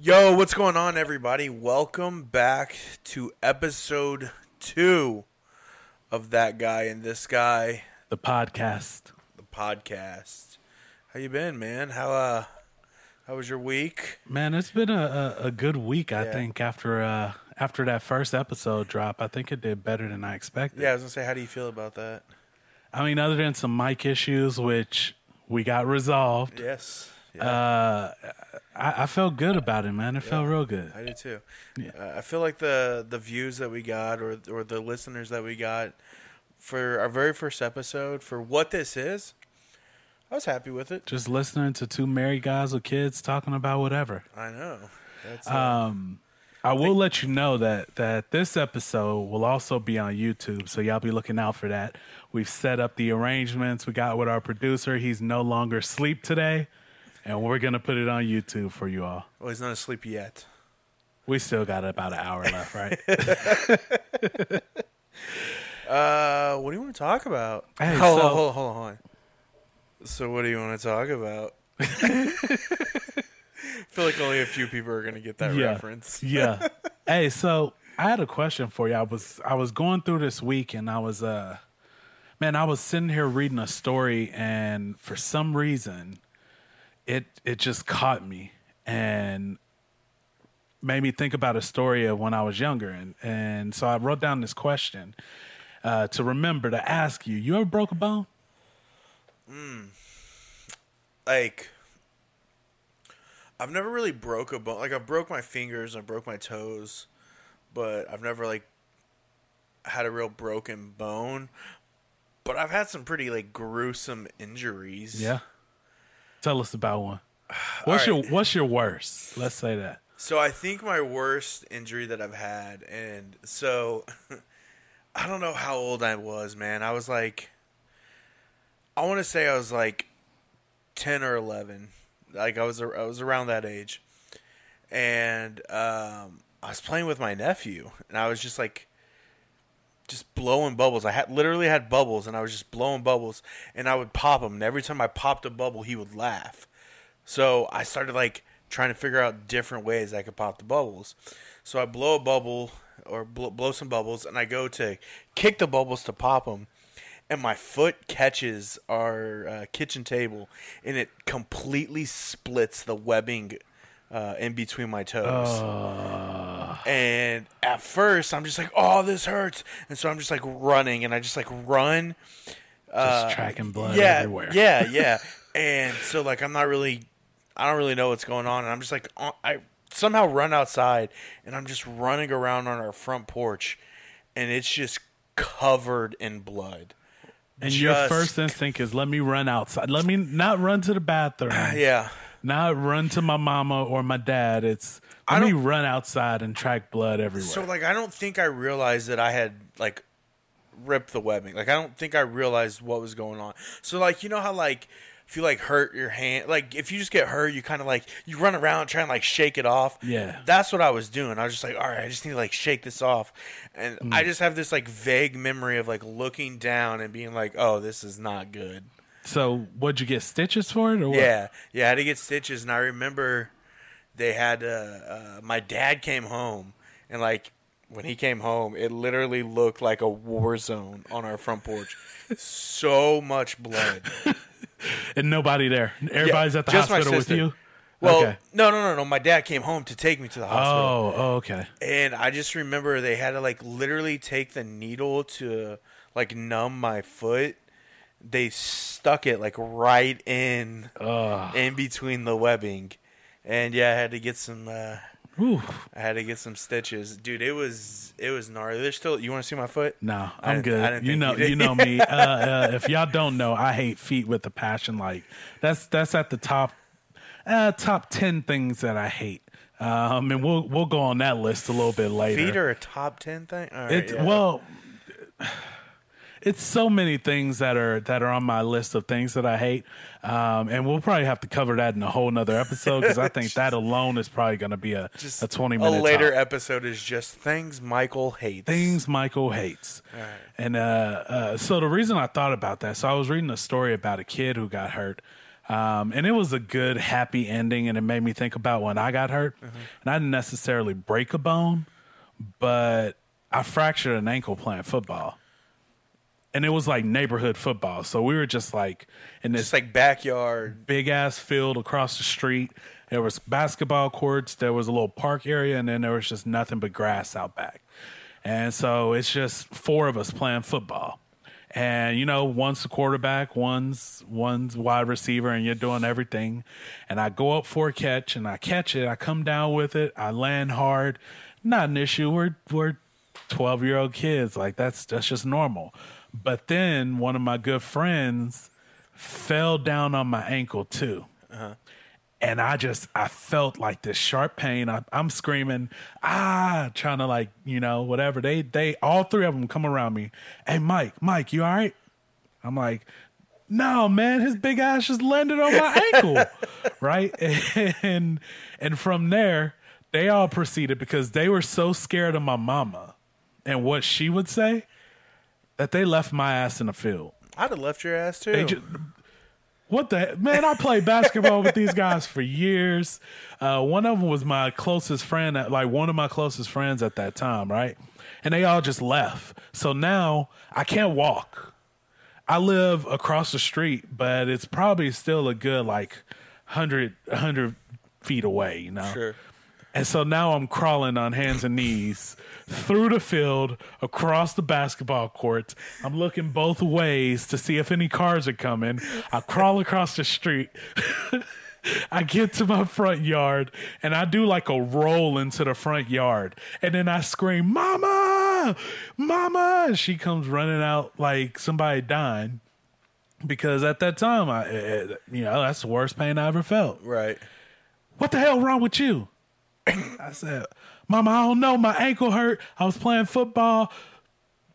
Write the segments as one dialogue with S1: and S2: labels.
S1: Yo, what's going on, everybody? Welcome back to episode two of that guy and this guy,
S2: the podcast.
S1: the podcast. How you been, man? How uh, how was your week?
S2: Man, it's been a, a, a good week. I
S1: Yeah.
S2: think after uh after that first episode drop, I think it did better than I expected.
S1: Yeah, I was gonna say, how do you feel about that?
S2: I mean, other than some mic issues, which we got resolved, uh,
S1: Yes,
S2: I, I felt good about it, man. It felt real good.
S1: I did too. Uh, I feel like the the views that we got, or or the listeners that we got for our very first episode, for what this is, I was happy with it.
S2: Just listening to two married guys with kids talking about whatever.
S1: I know. That's uh,
S2: I will let you know that that this episode will also be on YouTube, so y'all be looking out for that. We've set up the arrangements. We got with our producer. He's no longer asleep today, and we're gonna put it on YouTube for you all.
S1: well, he's not asleep yet.
S2: We still got about an hour left, right?
S1: Uh, what do you want to talk about?
S2: Hey,
S1: hold,
S2: so-
S1: on, hold on, hold on, hold on. So, what do you want to talk about? I feel like only a few people are going to get that reference.
S2: yeah. Hey, so I had a question for you. I was I was going through this week and I was uh man, I was sitting here reading a story and for some reason it it just caught me and made me think about a story of when I was younger and and so I wrote down this question uh to remember to ask you. You ever broke a bone?
S1: Like, I've never really broke a bone. Like, I broke my fingers, I broke my toes, but I've never like had a real broken bone. But I've had some pretty like gruesome injuries.
S2: Yeah. Tell us about one. What's
S1: All
S2: your what's your worst? Let's say that.
S1: So I think my worst injury that I've had, and so I don't know how old I was, man. I was like, I want to say I was like ten or eleven, like I was I was around that age, and um, I was playing with my nephew, and I was just like, just blowing bubbles. I had literally had bubbles, and I was just blowing bubbles, and I would pop them, and every time I popped a bubble, he would laugh. So I started like trying to figure out different ways I could pop the bubbles. So I blow a bubble or bl- blow some bubbles, and I go to kick the bubbles to pop them, and my foot catches our uh, kitchen table, and it completely splits the webbing uh, in between my toes. And at first, I'm just like, "Oh, this hurts," and so I'm just like running, and I just like run,
S2: Just tracking blood
S1: Uh, yeah,
S2: everywhere.
S1: Yeah, yeah. and so like I'm not really I don't really know what's going on and I'm just like on- I somehow run outside and I'm just running around on our front porch and it's just covered in blood.
S2: And your
S1: Just-
S2: first instinct is let me run outside. Let me not run to the bathroom.
S1: Yeah.
S2: Not run to my mama or my dad. It's let me run outside and track blood everywhere.
S1: So like I don't think I realized that I had like ripped the webbing. Like I don't think I realized what was going on. So like you know how like if you like hurt your hand, like if you just get hurt, you kind of like you run around trying to like shake it off.
S2: Yeah.
S1: that's what I was doing. I was just like, all right, I just need to like shake this off, and
S2: Mm.
S1: I just have this like vague memory of like looking down and being like, oh, this is not good.
S2: so what'd you get stitches for it or what?
S1: Yeah, yeah, I had to get stitches, and I remember they had uh, uh, my dad came home, and like when he came home, it literally looked like a war zone on our front porch. so much blood.
S2: And nobody there. Everybody's at the
S1: just my
S2: hospital with
S1: sister.
S2: you.
S1: Well,
S2: Okay.
S1: no, no, no, no. My dad came home to take me to the hospital.
S2: Oh, oh, okay.
S1: and I just remember they had to like literally take the needle to like numb my foot. They stuck it like right in in between the webbing, and yeah, I had to get some. Uh,
S2: Ooh.
S1: I had to get some stitches, dude. It was it was gnarly. There's still. You want to see my foot?
S2: No,
S1: I
S2: I'm
S1: didn't- I
S2: good.
S1: didn't
S2: You
S1: think
S2: know,
S1: you did.
S2: you know me. Uh, uh, if y'all don't know, I hate feet with a passion. Like that's that's at the top, uh, top ten things that I hate. Um, and we'll we'll go on that list a little bit later.
S1: Feet are a top ten thing. All right,
S2: It,
S1: yeah.
S2: Well, it's so many things that are that are on my list of things that I hate, um, and we'll probably have to cover that in a whole nother episode because I think that alone is probably going to be a
S1: Just
S2: a twenty
S1: a
S2: minute
S1: later
S2: top.
S1: episode is just things Michael hates.
S2: things Michael hates. And uh, uh, so the reason I thought about that, so I was reading a story about a kid who got hurt Um, and it was a good, happy ending, and it made me think about when I got hurt. And I didn't necessarily break a bone, but I fractured an ankle playing football. And it was like neighborhood football. So we were just like in this
S1: It's like backyard.
S2: big ass field across the street. There was basketball courts, there was a little park area, and then there was just nothing but grass out back. And so it's just four of us playing football. And you know, one's the quarterback, one's one's wide receiver, and you're doing everything. And I go up for a catch and I catch it, I come down with it, I land hard. Not an issue. We're we're 12 year old kids. Like that's that's just normal. But then one of my good friends fell down on my ankle too. And I just I felt like this sharp pain. I, I'm screaming, ah, trying to like you know whatever. They they all three of them come around me. Hey, Mike, Mike, you all right? I'm like, no, man, his big ass just landed on my ankle, right? And and from there, they all proceeded because they were so scared of my mama and what she would say that they left my ass in the field.
S1: I'd have left your ass too.
S2: They ju- what the man? I played basketball with these guys for years. Uh, one of them was my closest friend, at, like one of my closest friends at that time, right? And they all just left. So now I can't walk. I live across the street, but it's probably still a good like 100, 100 feet away, you know?
S1: sure.
S2: And so now I'm crawling on hands and knees through the field, across the basketball court. I'm looking both ways to see if any cars are coming. I crawl across the street. I get to my front yard and I do like a roll into the front yard. And then I scream, Mama, Mama. And She comes running out like somebody dying because at that time, I, eh, eh, you know, that's the worst pain I ever felt
S1: Right.
S2: what the hell wrong with you? I said, Mama, I don't know. My ankle hurt. I was playing football.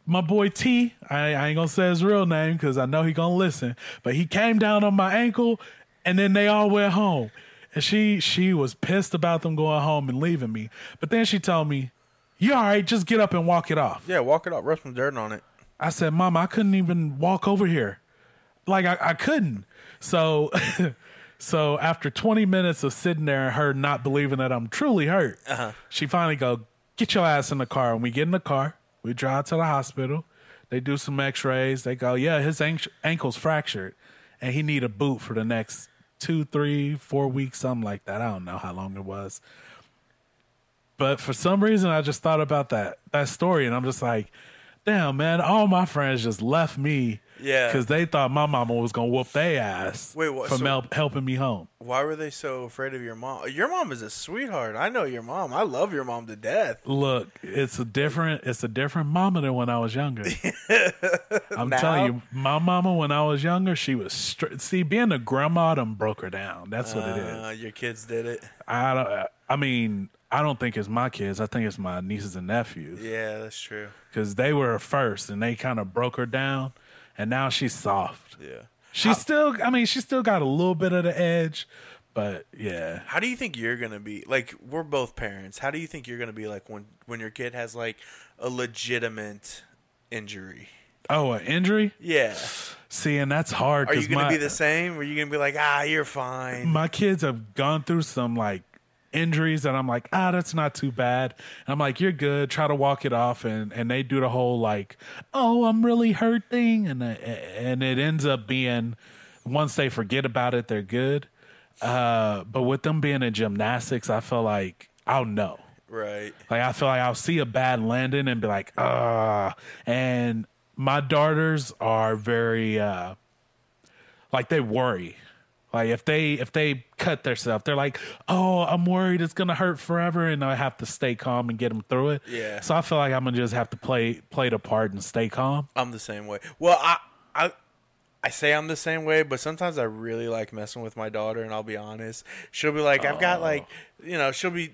S2: My boy T, I, I ain't gonna say his real name because I know he gonna listen, but he came down on my ankle, and then they all went home. And she she was pissed about them going home and leaving me. But then she told me, "You all right? Just get up and walk it off."
S1: Yeah, walk it off. Rub some dirt on it.
S2: I said, Mom, I couldn't even walk over here. Like I, I couldn't. So so after 20 minutes of sitting there and her not believing that I'm truly hurt, she finally go, get your ass in the car. And we get in the car, we drive to the hospital. They do some x-rays. They go, yeah, his ank- ankle's fractured and he need a boot for the next two, three, four weeks, something like that. I don't know how long it was. But for some reason, I just thought about that that story, and I'm just like, damn, man, all my friends just left me,
S1: Yeah.
S2: because they thought my mama was gonna whoop their ass
S1: Wait, what-
S2: for
S1: so-
S2: mel- helping me home.
S1: Why were they so afraid of your mom? Your mom is a sweetheart. I know your mom. I love your mom to death.
S2: Look, it's a different it's a different mama than when I was younger. I'm
S1: Now?
S2: telling you, my mama when I was younger, she was str- see being a grandma done broke her down. That's what it is.
S1: Uh, your kids did it.
S2: I don't. I mean, I don't think it's my kids. I think it's my nieces and nephews.
S1: Yeah, that's true.
S2: because they were her first and they kind of broke her down and now she's soft
S1: Yeah.
S2: she's still i mean she still got a little bit of the edge but yeah
S1: How do you think you're gonna be like? We're both parents. How do you think you're gonna be like when when your kid has like a legitimate injury?
S2: oh an injury
S1: Yeah.
S2: see and that's hard
S1: Are you gonna
S2: my,
S1: be
S2: Mm.
S1: the same? Are you gonna be like, ah, you're fine?
S2: my kids have gone through some like injuries that i'm like ah that's not too bad and i'm like you're good try to walk it off and and they do the whole like oh i'm really hurt thing and uh, and it ends up being once they forget about it they're good uh but with them being in gymnastics i feel like i'll know
S1: Right.
S2: like I feel like I'll see a bad landing and be like, ah. And my daughters are very uh like they worry. Like if they if they cut themselves, they're like, "Oh, I'm worried it's gonna hurt forever," and I have to stay calm and get them through it.
S1: Yeah.
S2: So I feel like I'm gonna just have to play play the part and stay calm.
S1: I'm the same way. Well, I I I say I'm the same way, but sometimes I really like messing with my daughter, and I'll be honest. She'll be like, I've got like, you know, she'll be.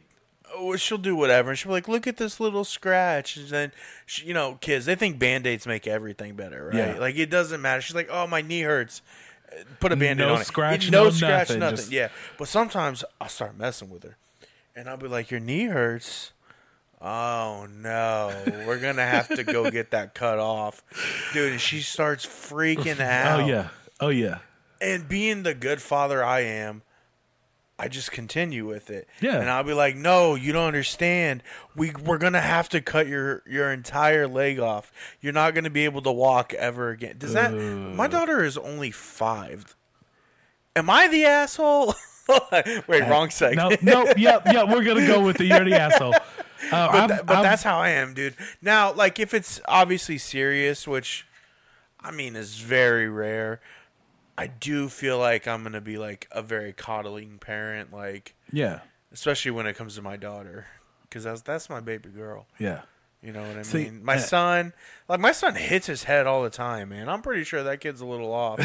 S1: oh, She'll do whatever, and she'll be like, "Look at this little scratch." And then, she, you know, kids they think band aids make everything better, right?
S2: Yeah.
S1: Like it doesn't matter. She's like, "Oh, my knee hurts." Put a band aid
S2: No
S1: on
S2: scratch,
S1: it. No,
S2: no
S1: scratch,
S2: nothing,
S1: nothing.
S2: just-
S1: Yeah, but sometimes I'll start messing with her, and I'll be like, "Your knee hurts." Oh no, we're gonna have to go get that cut off, dude. And she starts freaking out.
S2: Oh yeah, oh yeah.
S1: and being the good father I am, I just continue with it.
S2: Yeah.
S1: And I'll be like, no, you don't understand. We we're gonna have to cut your your entire leg off. You're not gonna be able to walk ever again. Does that my daughter is only five. Am I the asshole? Wait, wrong
S2: No,
S1: segment.
S2: no, yep, yep. We're gonna go with the you're the asshole. Uh, I've-
S1: But, tha- but
S2: I've-
S1: that's how I am, dude. Now, like, if it's obviously serious, which I mean is very rare, I do feel like I'm gonna be like a very coddling parent, like
S2: yeah,
S1: especially when it comes to my daughter, because that's that's my baby girl.
S2: yeah.
S1: You know what I
S2: See,
S1: mean? My
S2: uh,
S1: son, like my son, hits his head all the time, man. I'm pretty sure that kid's a little off.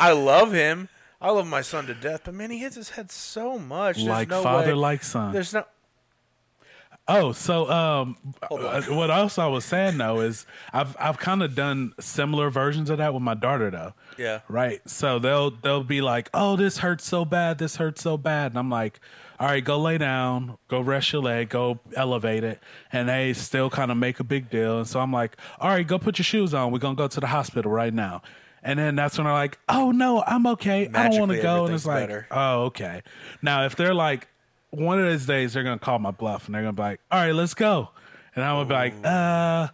S1: I love him. I love my son to death, but man, he hits his head so much. There's
S2: Like
S1: no
S2: father,
S1: way-
S2: like son.
S1: There's no.
S2: Oh, so um, uh,
S1: on.
S2: what else I was saying though is I've I've kind of done similar versions of that with my daughter though.
S1: Yeah.
S2: Right. So they'll they'll be like, "Oh, this hurts so bad. This hurts so bad," and I'm like, "All right, go lay down. Go rest your leg. Go elevate it." And they still kind of make a big deal, and so I'm like, "All right, go put your shoes on. We're gonna go to the hospital right now." And then that's when they're like, "Oh no, I'm okay. I don't want
S1: Magically,
S2: to go." And
S1: everything's
S2: it's like,
S1: better.
S2: Oh, okay. Now, if they're like, one of those days, they're gonna call my bluff and they're gonna be like, "All right, let's go," and I'm gonna be like, "Uh,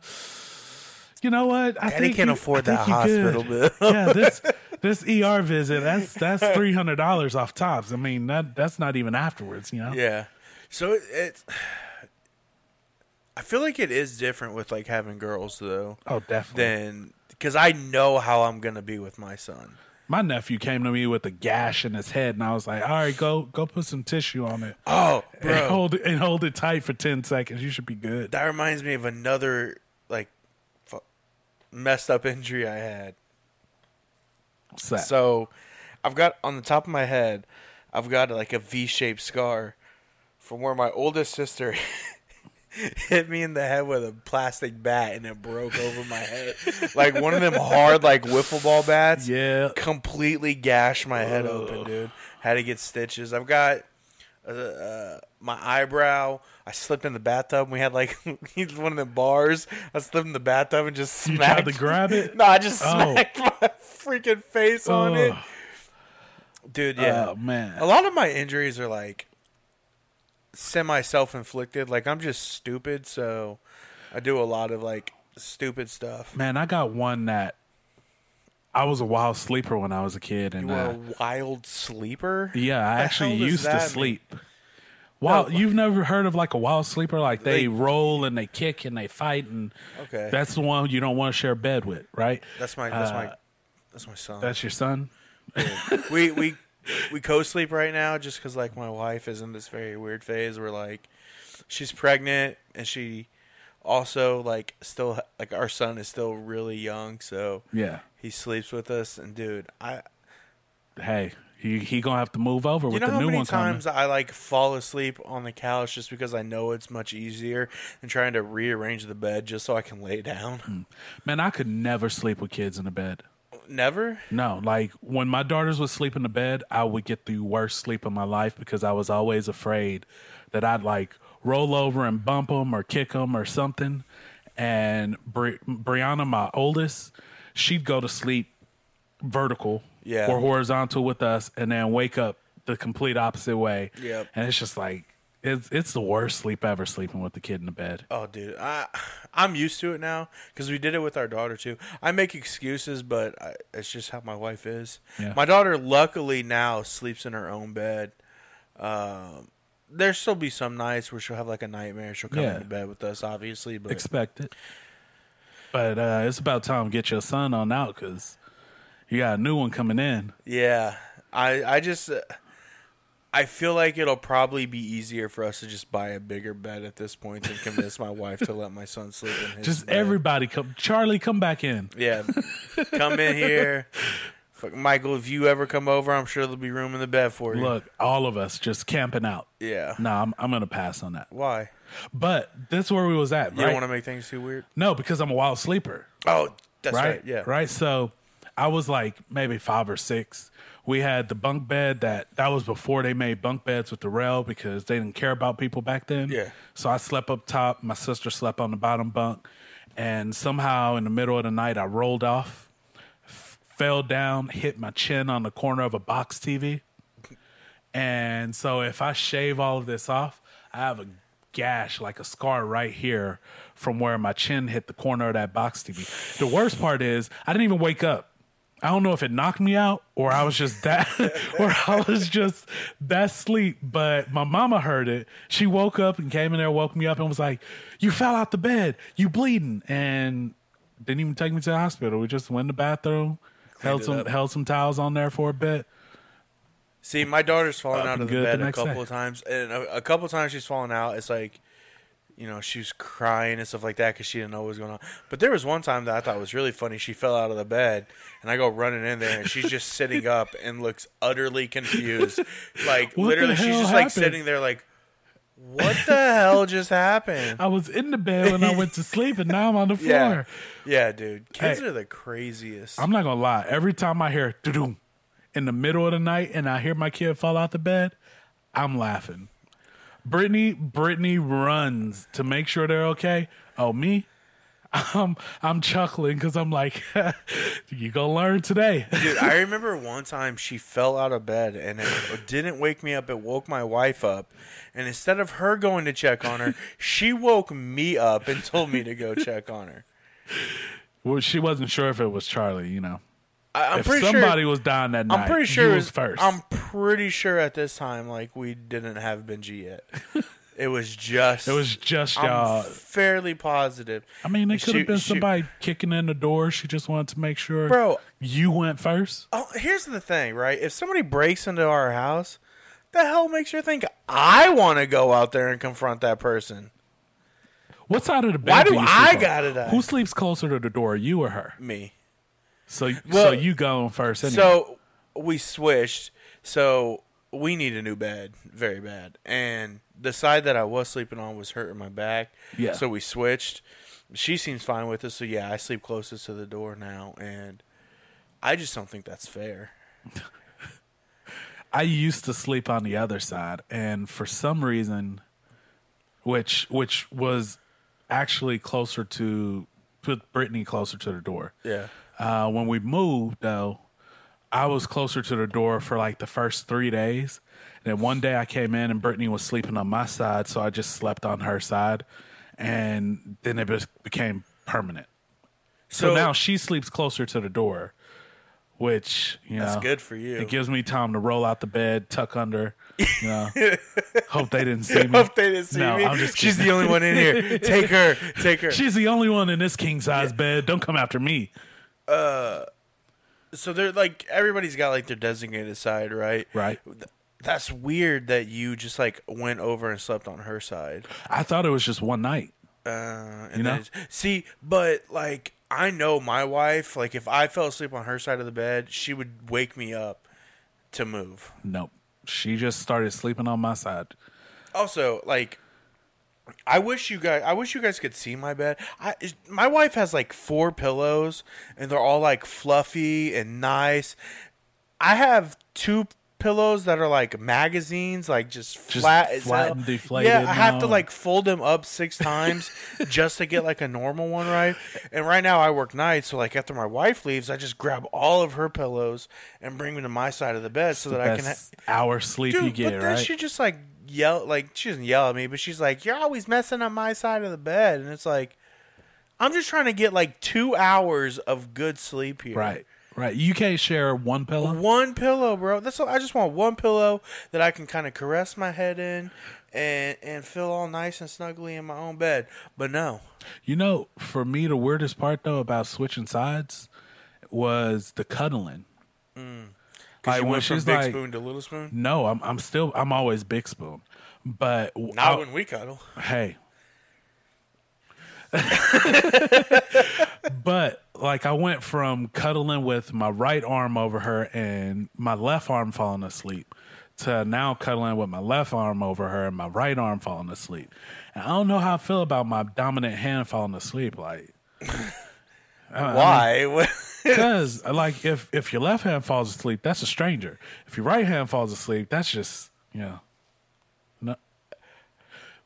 S2: you know what? I
S1: Daddy can't
S2: you-
S1: afford
S2: I think
S1: that
S2: you
S1: hospital
S2: good. yeah, this this ER visit that's that's three hundred dollars off tops. I mean, that that's not even afterwards. You know?
S1: Yeah. So it, it's. I feel like it is different with like having girls though,
S2: Oh, definitely.
S1: than because I know how I'm gonna be with my son.
S2: My nephew came to me with a gash in his head, and I was like, "All right, go go put some tissue on it."
S1: Oh,
S2: And
S1: bro,
S2: hold it and hold it tight for ten seconds. You should be good.
S1: that reminds me of another like fu- messed up injury I had.
S2: What's that?
S1: So, I've got on the top of my head, I've got like a V-shaped scar from where my oldest sister hit me in the head with a plastic bat and it broke over my head, like one of them hard like wiffle ball bats.
S2: yeah,
S1: completely gashed my head open, dude. Had to get stitches. I've got uh, uh, my eyebrow. I slipped in the bathtub. And we had like one of the bars. I slipped in the bathtub and just
S2: you tried
S1: smacked.
S2: to grab it.
S1: no, I just
S2: Oh.
S1: smacked my freaking face on it,
S2: Ugh.
S1: dude. Yeah,
S2: Oh man.
S1: a lot of my injuries are like semi self inflicted. Like I'm just stupid, so I do a lot of like stupid stuff.
S2: Man, I got one that I was a wild sleeper when I was a kid, and
S1: You are
S2: uh,
S1: a wild sleeper.
S2: yeah, I
S1: The
S2: actually
S1: hell does
S2: used to
S1: that mean?
S2: sleep. Wild,
S1: No.
S2: you've never heard of like a wild sleeper? Like they
S1: They-
S2: roll and they kick and they fight, and
S1: Okay.
S2: that's the one you don't want to share bed with, right?
S1: That's my that's
S2: Uh,
S1: my that's my son.
S2: That's your son.
S1: we we we co-sleep right now just because like my wife is in this very weird phase where like she's pregnant and she also like still like our son is still really young so
S2: Yeah.
S1: he sleeps with us and dude I
S2: Hey, he he gonna have to move over
S1: you
S2: with
S1: know
S2: the
S1: how
S2: new
S1: many
S2: one coming.
S1: times I like fall asleep on the couch just because I know it's much easier than trying to rearrange the bed just so I can lay
S2: Hmm.
S1: down
S2: Man, I could never sleep with kids in the bed.
S1: never
S2: No, like when my daughters would sleep in the bed, I would get the worst sleep of my life because I was always afraid that I'd like roll over and bump them or kick them or something. And Bri- Brianna, my oldest, she'd go to sleep vertical
S1: Yeah.
S2: or horizontal with us and then wake up the complete opposite way.
S1: Yep.
S2: And it's just like, it's, it's the worst sleep ever sleeping with the kid in the bed.
S1: Oh, dude, I I'm used to it now because we did it with our daughter too. I make excuses, but I, it's just how my wife is.
S2: Yeah.
S1: My daughter, luckily, now sleeps in her own bed. Um, there still be some nights where she'll have like a nightmare. She'll come
S2: Yeah.
S1: into bed with us, obviously, but
S2: expect it. But uh, it's about time to get your son on out because you got a new one coming in.
S1: yeah, I I just. Uh, I feel like it'll probably be easier for us to just buy a bigger bed at this point than convince my wife to let my son sleep in his
S2: Just
S1: bed.
S2: everybody come. Charlie, come back in.
S1: Yeah. come in here. Fuck, Michael, if you ever come over, I'm sure there'll be room in the bed for you.
S2: Look, all of us just camping out.
S1: Yeah.
S2: No, I'm, I'm gonna pass on that.
S1: Why?
S2: But that's where we was at,
S1: You
S2: right?
S1: don't want to make things too weird?
S2: no, because I'm a wild sleeper.
S1: Oh, that's
S2: right?
S1: right. Yeah.
S2: Right. So I was like maybe five or six. We had the bunk bed that that was before they made bunk beds with the rail because they didn't care about people back then.
S1: Yeah.
S2: So I slept up top. My sister slept on the bottom bunk, and somehow in the middle of the night I rolled off, f- fell down, hit my chin on the corner of a box TV. And so if I shave all of this off, I have a gash, like a scar right here from where my chin hit the corner of that box TV. The worst part is I didn't even wake up. I don't know if it knocked me out or I was just that or I was just that sleep. But my mama heard it. She woke up and came in there, woke me up and was like, You fell out the bed, you bleeding and didn't even take me to the hospital. We just went in the bathroom, held
S1: it
S2: some
S1: up.
S2: held some towels on there for a bit.
S1: See, my daughter's fallen out
S2: and
S1: of the
S2: good the
S1: bed a
S2: next
S1: couple
S2: day.
S1: of times, and a, a couple of times she's fallen out. It's like, you know, she was crying and stuff like that because she didn't know what was going on. But there was one time that I thought was really funny. She fell out of the bed, and I go running in there, and she's just sitting up and looks utterly confused. Like
S2: What the
S1: literally, she's
S2: hell
S1: just like
S2: happened?
S1: sitting there, like, what the hell just happened?
S2: I was in the bed when I went to sleep and now I'm on the floor.
S1: Yeah, yeah, dude, kids
S2: Hey.
S1: are the craziest.
S2: I'm not gonna lie. Every time I hear doo in the middle of the night and I hear my kid fall out the bed, I'm laughing. Brittany, Brittany runs to make sure they're okay. Oh me, I'm I'm chuckling because I'm like, you gonna learn today.
S1: Dude, I remember one time she fell out of bed and it didn't wake me up. It woke my wife up. And instead of her going to check on her, she woke me up and told me to go check on her.
S2: well, she wasn't sure if it was Charlie. You know,
S1: I, I'm
S2: if
S1: pretty
S2: somebody
S1: sure.
S2: was dying that night,
S1: I'm pretty sure
S2: you
S1: it
S2: was first.
S1: I'm pretty sure at this time, like we didn't have Benji yet. It was just.
S2: it was just
S1: I'm
S2: y'all.
S1: fairly positive.
S2: I mean, it
S1: She-
S2: could have been
S1: she-
S2: somebody kicking in the door. She just wanted to make sure,
S1: Bro.
S2: you went first.
S1: Oh, here's the thing, right? If somebody breaks into our house, the hell makes you think I want to go out there and confront that person?
S2: What side of the bed?
S1: Why do
S2: you
S1: I
S2: sleep on?
S1: gotta die?
S2: Who sleeps closer to the door, you or her?
S1: Me.
S2: So, so
S1: Well,
S2: you go on first. Anyway.
S1: So we switched. So we need a new bed, very bad. And the side that I was sleeping on was hurting my back.
S2: Yeah.
S1: So we switched. She seems fine with it. So yeah, I sleep closest to the door now, and I just don't think that's fair.
S2: I used to sleep on the other side, and for some reason, which which was actually closer to put Brittany closer to the door.
S1: Yeah.
S2: Uh, when we moved, though, I was closer to the door for like the first three days. And then one day I came in and Brittany was sleeping on my side, so I just slept on her side, and then it be- became permanent. So,
S1: So-
S2: now she sleeps closer to the door, which you
S1: That's
S2: know
S1: good for you.
S2: It gives me time to roll out the bed, tuck under. You know, hope they didn't see me.
S1: Hope they didn't see
S2: No,
S1: me.
S2: I'm just
S1: She's
S2: kidding.
S1: the only one in here. Take her. Take her.
S2: She's the only one in this king size bed. Don't come after me.
S1: so they're like everybody's got like their designated side, right?
S2: Right.
S1: Th- That's weird that you just like went over and slept on her side.
S2: I thought it was just one night.
S1: Uh, and
S2: know?
S1: then it's- see, but like I know my wife. Like if I fell asleep on her side of the bed, she would wake me up to move.
S2: Nope. She just started sleeping on my side.
S1: Also, like I wish you guys. I wish you guys could see my bed. I is- my wife has like four pillows, and they're all like fluffy and nice. I have two pillows that are like magazines, like just, flat, as
S2: flat
S1: hell.
S2: and deflated
S1: Yeah, I have to
S2: now.
S1: like fold them up six times just to get like a normal one right. And right now I work nights, so like after my wife leaves, I just grab all of her pillows and bring them to my side of the bed so that I can. Ha-
S2: That's hour sleep
S1: Dude,
S2: you get,
S1: but then
S2: right?
S1: she just like yell, like she doesn't yell at me, but she's like, "You're always messing up my side of the bed," and it's like, I'm just trying to get like two hours of good sleep here.
S2: right, right. You can't share one pillow.
S1: One pillow, bro. That's all, I just want one pillow that I can kind of caress my head in and and feel all nice and snuggly in my own bed. But no,
S2: You know, for me, the weirdest part though about switching sides was the cuddling.
S1: because
S2: Like,
S1: Mm. you
S2: when
S1: went from
S2: she's
S1: big
S2: like-
S1: spoon to little spoon.
S2: No, I'm I'm still I'm always big spoon, but w-
S1: Not
S2: I-
S1: when we cuddle.
S2: hey. but like I went from cuddling with my right arm over her and my left arm falling asleep to now cuddling with my left arm over her and my right arm falling asleep. And I don't know how I feel about my dominant hand falling asleep like Uh,
S1: Why?
S2: cuz like if if your left hand falls asleep, that's a stranger. If your right hand falls asleep, that's just, you know. No.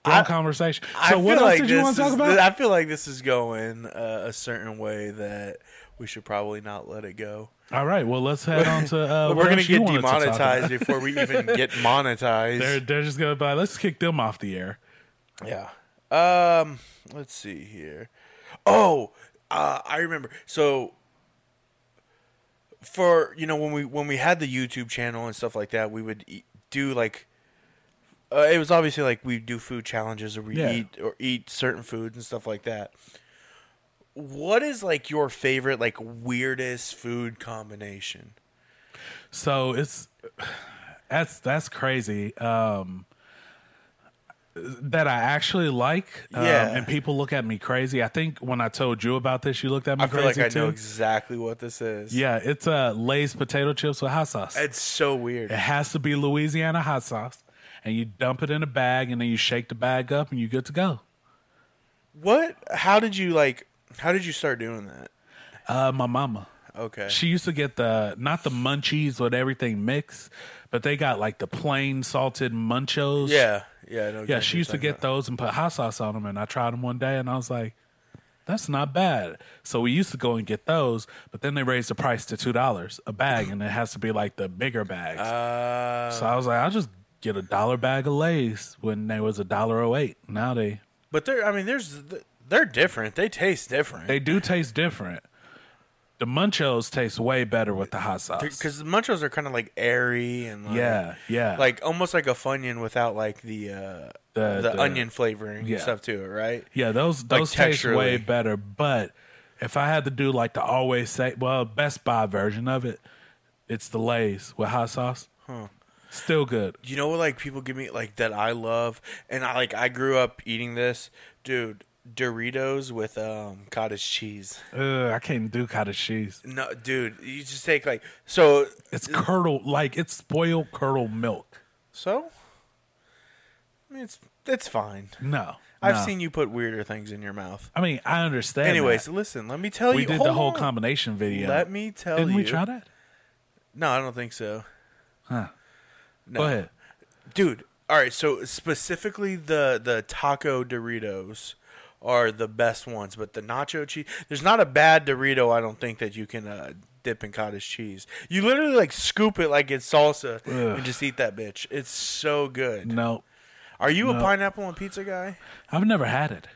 S2: Wrong conversation. So
S1: I feel
S2: what else
S1: like
S2: did you
S1: this
S2: want to talk
S1: is-
S2: about?
S1: I feel like this is going uh, a certain way that we should probably not let it go.
S2: All right. Well, let's head on to. Uh,
S1: We're
S2: what
S1: gonna
S2: else you
S1: get
S2: wanted to talk
S1: demonetized
S2: about.
S1: before we even get monetized.
S2: They're they're just gonna buy. Let's kick them off the air.
S1: Yeah. Um. Let's see here. Oh, uh, I remember. So for you know when we when we had the YouTube channel and stuff like that, we would eat, do like. Uh, it was obviously like we do food challenges or we
S2: Yeah.
S1: eat or eat certain foods and stuff like that. What is like your favorite like weirdest food combination?
S2: So it's that's that's crazy. Um that I actually like, um,
S1: Yeah.
S2: and people look at me crazy. I think when I told you about this, you looked at me
S1: I feel
S2: crazy
S1: like I
S2: too.
S1: know exactly what this is.
S2: yeah, it's uh, Lay's potato chips with hot sauce.
S1: it's so weird.
S2: It has to be Louisiana hot sauce, and you dump it in a bag, and then you shake the bag up, and you're good to go.
S1: What? How did you like? How did you start doing that?
S2: Uh, my mama.
S1: Okay.
S2: She used to get the not the munchies with everything mixed, but they got like the plain salted munchos.
S1: Yeah, yeah, I know
S2: Yeah,
S1: exactly
S2: she used to
S1: what you're
S2: get those and put hot sauce on them, and I tried them one day, and I was like, "That's not bad." So we used to go and get those, but then they raised the price to two dollars a bag, and it has to be like the bigger bags.
S1: talking about. Uh,
S2: so I was like, "I'll just get a dollar bag of Lay's when they was a dollar oh eight. Now they
S1: but they're, I mean, there's, they're different. They taste different.
S2: they do taste different. The Munchos taste way better with the hot sauce.
S1: Because the Munchos are kind of like airy and like,
S2: yeah, yeah,
S1: like almost like a Funyun without like the uh, the,
S2: The- the-
S1: onion flavoring
S2: Yeah.
S1: and stuff to it, right?
S2: Yeah, those those taste
S1: texturally.
S2: way better. But if I had to do like the always say, well, Best Buy version of it, it's the Lay's with hot sauce. Still good.
S1: You know what? Like people give me like that I love, and I like I grew up eating this, dude. Doritos with um, cottage cheese.
S2: Ugh, I can't do cottage cheese.
S1: No, dude, you just take like so
S2: It's curdled like it's spoiled curdled milk.
S1: so. I mean, it's it's fine.
S2: No,
S1: I've
S2: no.
S1: seen you put weirder things in your mouth.
S2: I mean, I understand.
S1: Anyways,
S2: that.
S1: listen, let me tell
S2: we
S1: you.
S2: did the
S1: hold
S2: whole
S1: on.
S2: combination video.
S1: Let me tell
S2: Didn't
S1: you.
S2: we try that?
S1: No, I don't think so.
S2: Huh.
S1: No.
S2: Go ahead.
S1: Dude, all right, so specifically the the taco Doritos are the best ones, but the nacho cheese there's not a bad Dorito I don't think that you can uh, dip in cottage cheese. You literally like scoop it like it's salsa
S2: Ugh.
S1: and just eat that bitch. It's so good.
S2: No,
S1: Are you a
S2: No.
S1: pineapple and pizza guy?
S2: I've never had it.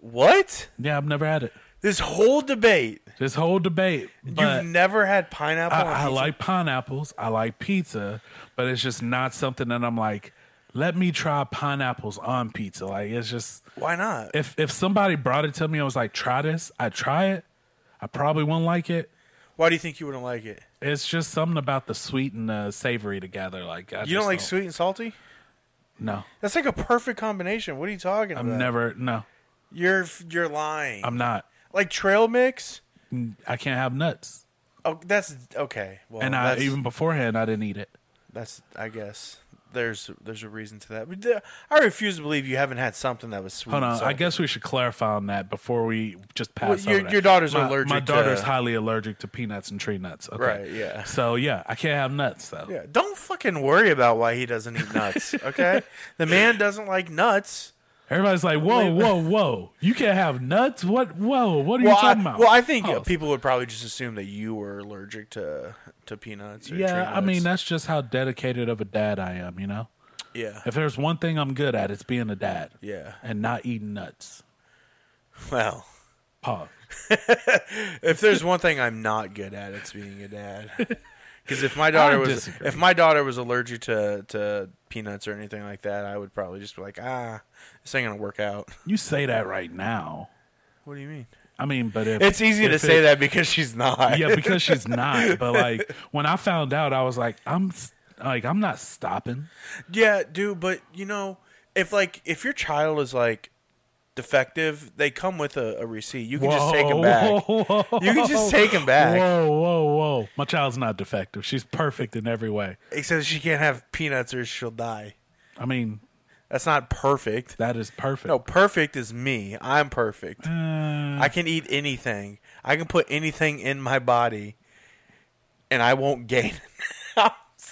S1: What?
S2: Yeah, I've never had it.
S1: This whole debate.
S2: This whole debate. but-
S1: You've never had pineapple
S2: I,
S1: on
S2: I
S1: pizza?
S2: like pineapples. I like pizza, but it's just not something that I'm like. Let me try pineapples on pizza. Like it's just
S1: Why not?
S2: if if somebody brought it to me, I was like, try this. I try it. I probably wouldn't like it.
S1: Why do you think you wouldn't like it?
S2: It's just something about the sweet and the savory together. Like I
S1: You don't like sweet and salty?
S2: No,
S1: That's like a perfect combination. What are you talking
S2: I'm
S1: about?
S2: never. No,
S1: You're you're lying.
S2: I'm not.
S1: like trail mix.
S2: I can't have nuts.
S1: Oh, that's okay. Well,
S2: and I
S1: that's,
S2: even beforehand, I didn't eat it.
S1: that's I guess there's there's a reason to that. But the- I refuse to believe you haven't had something that was sweet.
S2: Hold
S1: and
S2: on. Oh, I
S1: salty.
S2: guess we should clarify on that before we just pass.
S1: Well, your-
S2: over that.
S1: your daughter's
S2: my,
S1: allergic
S2: My daughter's
S1: to-
S2: highly allergic to peanuts and tree nuts. Okay.
S1: Right, yeah.
S2: So yeah, I can't have nuts though.
S1: Yeah, don't fucking worry about why he doesn't eat nuts. Okay, the man doesn't like nuts.
S2: Everybody's like, whoa,
S1: Wait,
S2: whoa, whoa! You can't have nuts. What? Whoa! What are
S1: Well,
S2: you
S1: I,
S2: talking about?
S1: well, I think uh,
S2: Oh,
S1: people would probably just assume that you were allergic to to peanuts. Or tree
S2: yeah, I
S1: nuts.
S2: mean that's just how dedicated of a dad I am. You know,
S1: yeah,
S2: if there's one thing I'm good at, it's being a dad
S1: yeah.
S2: and not eating nuts.
S1: Well,
S2: Pause.
S1: if there's one thing I'm not good at, it's being a dad. Because if my daughter was
S2: disagree.
S1: if my daughter was allergic to, to peanuts or anything like that, I would probably just be like, ah, this ain't gonna work out.
S2: You say that right now.
S1: What do you mean?
S2: I mean, but if
S1: It's easy to
S2: if
S1: say
S2: it-
S1: that because she's not.
S2: yeah, because she's not. But like when I found out, I was like, I'm s- like I'm not stopping.
S1: yeah, dude. But you know, if like if your child is like defective, they come with a, a receipt. You can just take them back. You can just take 'em back.
S2: Whoa, whoa, whoa! My child's not defective. She's perfect in every way.
S1: Except she can't have peanuts or she'll die.
S2: I mean,
S1: That's not perfect.
S2: that is perfect.
S1: No, perfect is me. I'm perfect.
S2: Uh,
S1: I can eat anything. I can put anything in my body, and I won't gain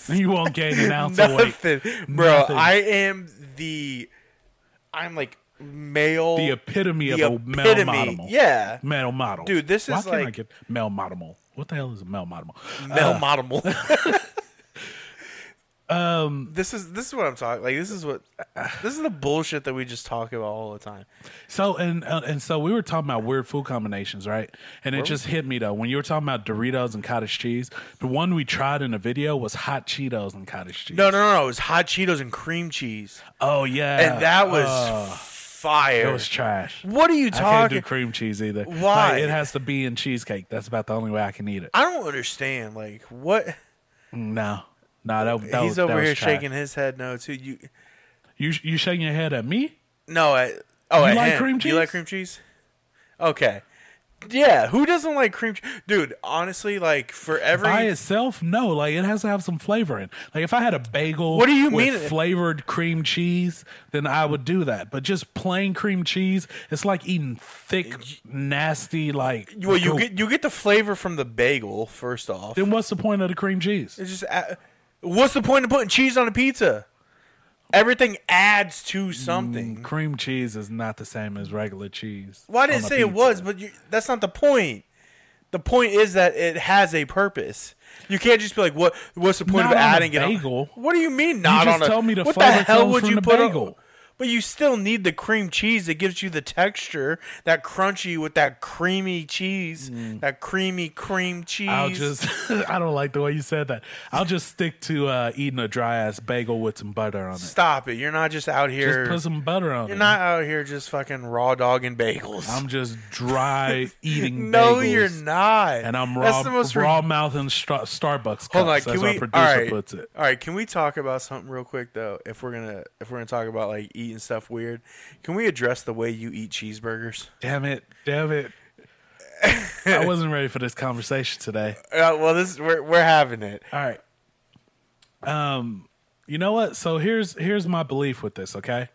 S2: you won't gain an ounce of weight.
S1: nothing, bro.
S2: Nothing.
S1: I am the. I'm like male.
S2: the epitome of
S1: the
S2: a male
S1: epitome.
S2: model.
S1: Yeah.
S2: Male model.
S1: Dude, this
S2: Why
S1: is
S2: can't I
S1: like-
S2: get male model? What the hell is a male model?
S1: Male model. um, this is this is what I'm talking. Like this is what this is the bullshit that we just talk about all the time.
S2: So and uh, and so we were talking about weird food combinations, right? And it just hit me though when you were talking about Doritos and cottage cheese. The one we tried in the video was hot Cheetos and cottage cheese.
S1: No, no, no, no. It was hot Cheetos and cream cheese,
S2: Oh yeah,
S1: and that was
S2: Uh,
S1: fire.
S2: it was trash.
S1: what are you
S2: I can't do
S1: talking?
S2: cream cheese either. Like,
S1: Why?
S2: it has to be in cheesecake. That's about the only way I can eat it. Mm,
S1: I don't understand. Like what?
S2: No, no, that, that
S1: He's
S2: was, that
S1: over
S2: was
S1: here
S2: trash.
S1: shaking his head no too. You
S2: You you shaking your head at me?
S1: no. I, oh,
S2: You
S1: at
S2: like
S1: him.
S2: cream
S1: You like
S2: cheese?
S1: cream cheese? Okay. Yeah, who doesn't like cream cheese? Dude, honestly, like for every
S2: By itself, no. Like it has to have some flavor in. Like if I had a bagel,
S1: What do you
S2: with
S1: mean?
S2: flavored cream cheese? Then I would do that. But just plain cream cheese, it's like eating thick, nasty. Like
S1: Well, you
S2: goop.
S1: get you get the flavor from the bagel first off.
S2: Then what's the point of the cream cheese?
S1: It's just a- what's the point of putting cheese on a pizza? Everything adds
S2: Mm,
S1: to something.
S2: Cream cheese is not the same as regular cheese.
S1: Well, I
S2: on
S1: didn't
S2: a
S1: say it
S2: pizza.
S1: was, but you, that's not the point. The point is that it has a purpose. You can't just be like, "What? What's the point
S2: Not
S1: of
S2: on a
S1: adding it?" on-
S2: bagel.
S1: What do you mean? Not on
S2: just
S1: a,
S2: told me the
S1: what
S2: flavor
S1: the hell
S2: comes
S1: would
S2: from
S1: you
S2: the
S1: put on-
S2: bagel.
S1: But you still need the cream cheese that gives you the texture, that crunchy with that creamy cheese, that creamy cream cheese.
S2: Mm. I'll just I don't like the way you said that. I'll just stick to uh, eating a dry ass bagel with some butter on it.
S1: Stop it! You're not just out here.
S2: Just put some butter on
S1: You're
S2: it.
S1: not out here just fucking raw dogging bagels.
S2: I'm just dry eating.
S1: no,
S2: bagels.
S1: you're not.
S2: And I'm
S1: That's
S2: raw,
S1: the most
S2: raw mouth in stra- Starbucks. Cups.
S1: Hold on,
S2: That's
S1: can
S2: how
S1: we?
S2: producer
S1: All right,
S2: puts it.
S1: all right. Can we talk about something real quick though? If we're gonna, if we're gonna talk about like eating stuff weird, can we address the way you eat cheeseburgers?
S2: Damn it! Damn it! I wasn't ready for this conversation today.
S1: Uh, well, this we're we're having it.
S2: All right. Um, you know what? So here's here's my belief with this. Okay.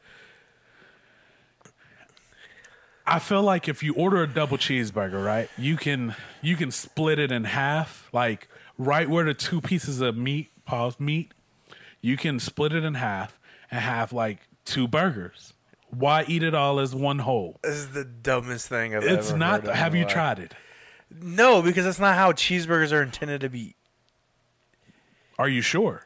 S2: I feel like if you order a double cheeseburger, right, you can you can split it in half, like right where the two pieces of meat pause meat, you can split it in half and have like two burgers. Why eat it all as one whole?
S1: This is the dumbest thing I've
S2: It's
S1: ever
S2: not.
S1: heard of in
S2: Have
S1: my
S2: you
S1: life.
S2: tried it?
S1: No, because that's not how cheeseburgers are intended to be.
S2: Are you sure?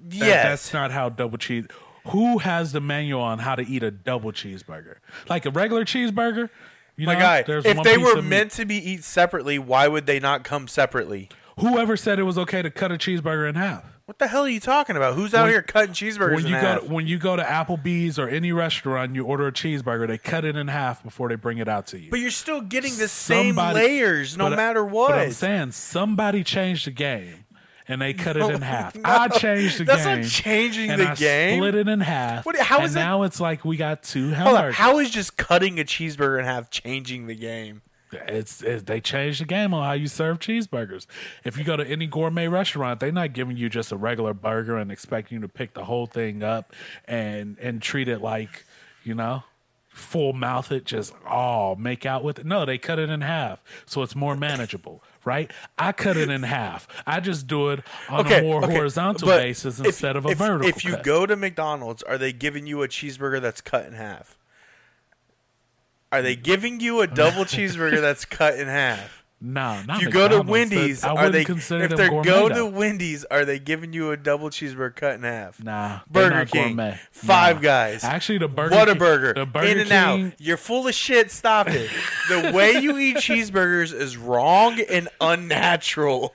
S2: That-
S1: yes,
S2: That's not how double cheese. Who has the manual on how to eat a double cheeseburger? Like a regular cheeseburger? You
S1: my
S2: know,
S1: guy.
S2: there's
S1: If
S2: one
S1: they
S2: piece
S1: were
S2: of meat.
S1: meant to be eat separately, why would they not come separately?
S2: Whoever said it was okay to cut a cheeseburger in half?
S1: What the hell are you talking about? Who's out
S2: When-
S1: here cutting cheeseburgers?
S2: When
S1: in
S2: you, go
S1: half?
S2: to, when you go to Applebee's or any restaurant, you order a cheeseburger, they cut it in half before they bring it out to you.
S1: But you're still getting the
S2: Somebody-
S1: same layers no
S2: but I-
S1: matter
S2: But I'm
S1: what.
S2: saying somebody changed the game and they cut it in half. I changed the
S1: That's
S2: game.
S1: not changing
S2: and
S1: the
S2: I
S1: game.
S2: Split it in half.
S1: What- how
S2: and
S1: is it-
S2: now it's like we got two
S1: Hold
S2: hamburgers.
S1: on, how is just cutting a cheeseburger in half changing the game?
S2: It's, it's they changed the game on how you serve cheeseburgers. If you go to any gourmet restaurant, they're not giving you just a regular burger and expecting you to pick the whole thing up and and treat it like you know full mouth it just all make out with it. No, they cut it in half so it's more manageable. Right, I cut it in half. I just do it on
S1: Okay,
S2: a more
S1: okay,
S2: horizontal
S1: but
S2: basis
S1: if-
S2: instead of a
S1: if,
S2: vertical.
S1: If you
S2: cut.
S1: go to McDonald's, are they giving you a cheeseburger that's cut in half? Are they giving you a double cheeseburger that's cut in half?
S2: no, not
S1: If you go to
S2: McDonald's.
S1: Wendy's,
S2: I
S1: are
S2: wouldn't
S1: they
S2: consider
S1: if
S2: them
S1: they
S2: gourmet,
S1: go to
S2: though.
S1: Wendy's, are they giving you a double cheeseburger cut in half?
S2: Nah, they're
S1: Burger
S2: not
S1: King,
S2: gourmet.
S1: Five
S2: Nah.
S1: Guys,
S2: Actually, the burger,
S1: What a
S2: King-
S1: burger!
S2: the burger
S1: in and out.
S2: King-
S1: You're full of shit. Stop it. the way you eat cheeseburgers is wrong and unnatural.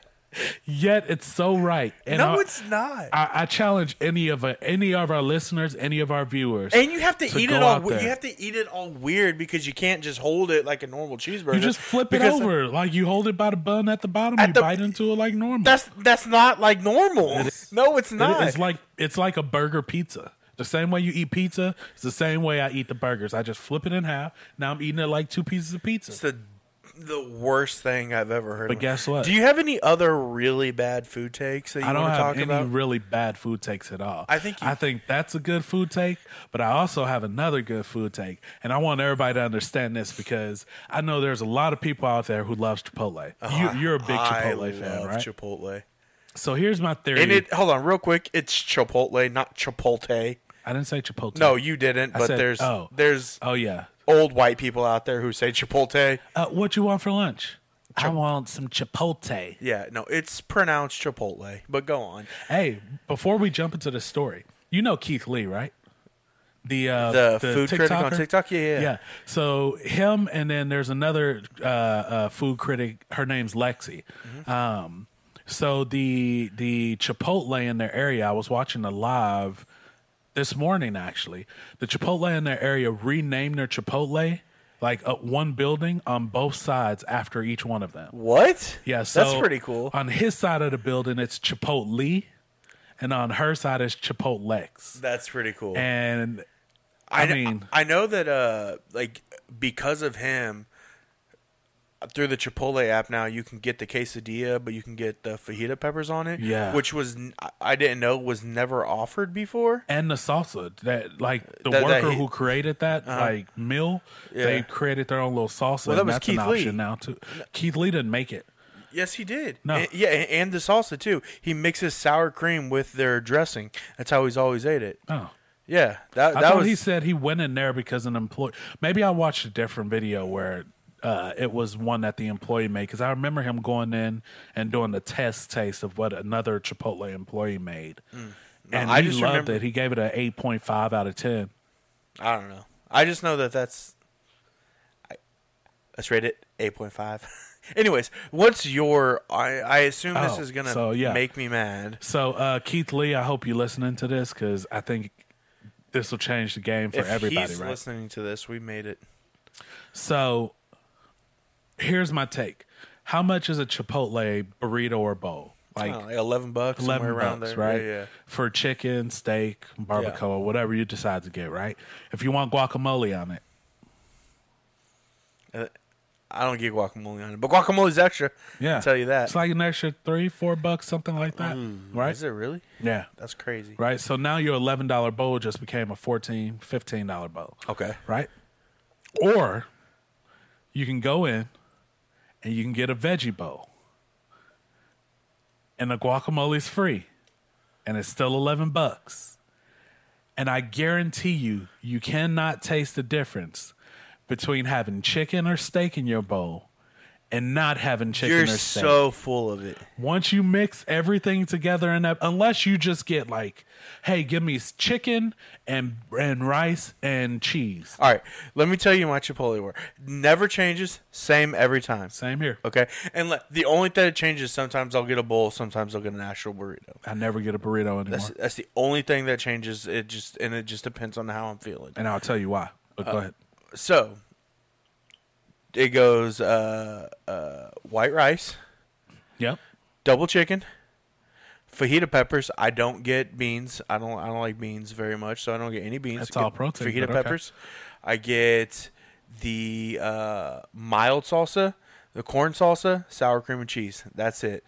S2: Yet it's so right. And
S1: no,
S2: I,
S1: it's not.
S2: I, I challenge any of our, any of our listeners, any of our viewers.
S1: and you have to,
S2: to
S1: eat
S2: go
S1: it all.
S2: out
S1: You
S2: there.
S1: have to eat it all weird because you can't just hold it like a normal cheeseburger.
S2: you just flip it
S1: because
S2: over, like you hold it by the bun at the bottom,
S1: At
S2: you
S1: the-
S2: bite into it like normal.
S1: That's that's not like normal. no, it's
S2: It-
S1: not.
S2: it's like it's like a burger pizza. The same way you eat pizza, it's the same way I eat the burgers. I just flip it in half. Now I'm eating it like two pieces of pizza.
S1: It's the the worst thing I've ever heard.
S2: But
S1: of.
S2: guess what?
S1: Do you have any other really bad food takes that you
S2: I don't
S1: want to
S2: have
S1: talk
S2: any
S1: about?
S2: really bad food takes at all.
S1: I think you-
S2: I think that's a good food take, but I also have another good food take, and I want everybody to understand this because I know there's a lot of people out there who loves Chipotle. you, you're a big
S1: Oh, I
S2: Chipotle fan,
S1: love
S2: right?
S1: Chipotle.
S2: so here's my theory.
S1: And it hold on real quick. It's Chipotle, not Chipotle.
S2: I didn't say Chipotle.
S1: No, you didn't. But
S2: said-
S1: there's
S2: oh.
S1: there's
S2: Oh yeah.
S1: old white people out there who say Chipotle.
S2: Uh, what you want for lunch? I want some Chipotle.
S1: Yeah, no, it's pronounced Chipotle. But go on.
S2: Hey, before we jump into the story, you know Keith Lee, right? The uh,
S1: The food critic on
S2: TikToker?
S1: TikTok? Yeah, yeah.
S2: yeah. So him, and then there's another uh, uh, food critic. Her name's Lexi.
S1: Mm-hmm.
S2: Um, so the the Chipotle in their area, I was watching the live this morning actually. The Chipotle in their area renamed their Chipotle like uh, one building on both sides after each one of them.
S1: What?
S2: Yeah, so
S1: that's pretty cool.
S2: On his side of the building, it's Chipotle, and on her side is Chipotlex.
S1: That's pretty cool.
S2: And
S1: I,
S2: I
S1: kn-
S2: mean-
S1: I know that uh, like because of him, through the Chipotle app now you can get the quesadilla, but you can get the fajita peppers on it.
S2: Yeah.
S1: which was n- I- I didn't know was never offered before.
S2: and the salsa that like the
S1: That- that
S2: worker
S1: he-
S2: who created that like meal,
S1: Yeah.
S2: they created their own little salsa.
S1: Well, that
S2: and
S1: was
S2: that's
S1: Keith
S2: an
S1: Lee.
S2: option now too. Keith Lee didn't make it.
S1: Yes, he did.
S2: No.
S1: A- yeah, a- and the salsa too. He mixes sour cream with their dressing. That's how he's always ate it.
S2: Oh.
S1: Yeah, that
S2: I
S1: that
S2: thought
S1: was
S2: he said he went in there because an employee. Maybe I watched a different video where uh, it was one that the employee made because I remember him going in and doing the test taste of what another Chipotle employee made, and
S1: Mm. No, I
S2: he
S1: just
S2: loved
S1: remember-
S2: it. He gave it an eight point five out of ten.
S1: I don't know. I just know that that's. I, let's rate it eight point five. Anyways, what's your? I I assume this
S2: Oh,
S1: is gonna
S2: so, yeah.
S1: make me mad.
S2: So uh, Keith Lee, I hope you're listening to this because I think this will change the game for
S1: if
S2: everybody.
S1: he's
S2: Right?
S1: listening to this, we made it.
S2: So here's my take: How much is a Chipotle burrito or bowl?
S1: I
S2: Like
S1: don't know, like eleven bucks,
S2: eleven
S1: Oh, somewhere around
S2: bucks,
S1: there,
S2: right?
S1: Yeah, yeah.
S2: For chicken, steak, barbacoa, whatever you decide to get, right? If you want guacamole on it,
S1: Uh, I don't get guacamole on it, but guacamole's extra.
S2: yeah,
S1: I'll tell you that. Mm,
S2: it's like an extra three, four bucks, something like that, right?
S1: Is it really?
S2: Yeah,
S1: That's crazy.
S2: right. So now your eleven dollar bowl just became a 14 15 dollar bowl,
S1: Okay.
S2: right? Or you can go in and you can get a veggie bowl, and the guacamole's free, and it's still eleven bucks. And I guarantee you, you cannot taste the difference between having chicken or steak in your bowl and not having chicken
S1: You're
S2: or steak.
S1: so full of it.
S2: Once you mix everything together in that, unless you just get like, hey, give me s- chicken and and rice and cheese.
S1: All right, let me tell you my Chipotle order. Never changes, same every time.
S2: Same here.
S1: Okay, and le- the only thing that changes sometimes I'll get a bowl, sometimes I'll get an actual burrito.
S2: I never get a burrito anymore,
S1: That's, that's the only thing that changes. It just and it just depends on how I'm feeling.
S2: and I'll tell you why. But
S1: Uh,
S2: go ahead.
S1: So it goes uh, uh, white rice,
S2: Yep.
S1: double chicken, fajita peppers. I don't get beans. I don't. I don't like beans very much, so I don't get any beans.
S2: That's
S1: I get
S2: all protein,
S1: Fajita
S2: but okay.
S1: peppers. I get the uh, mild salsa, the corn salsa, sour cream and cheese. That's it.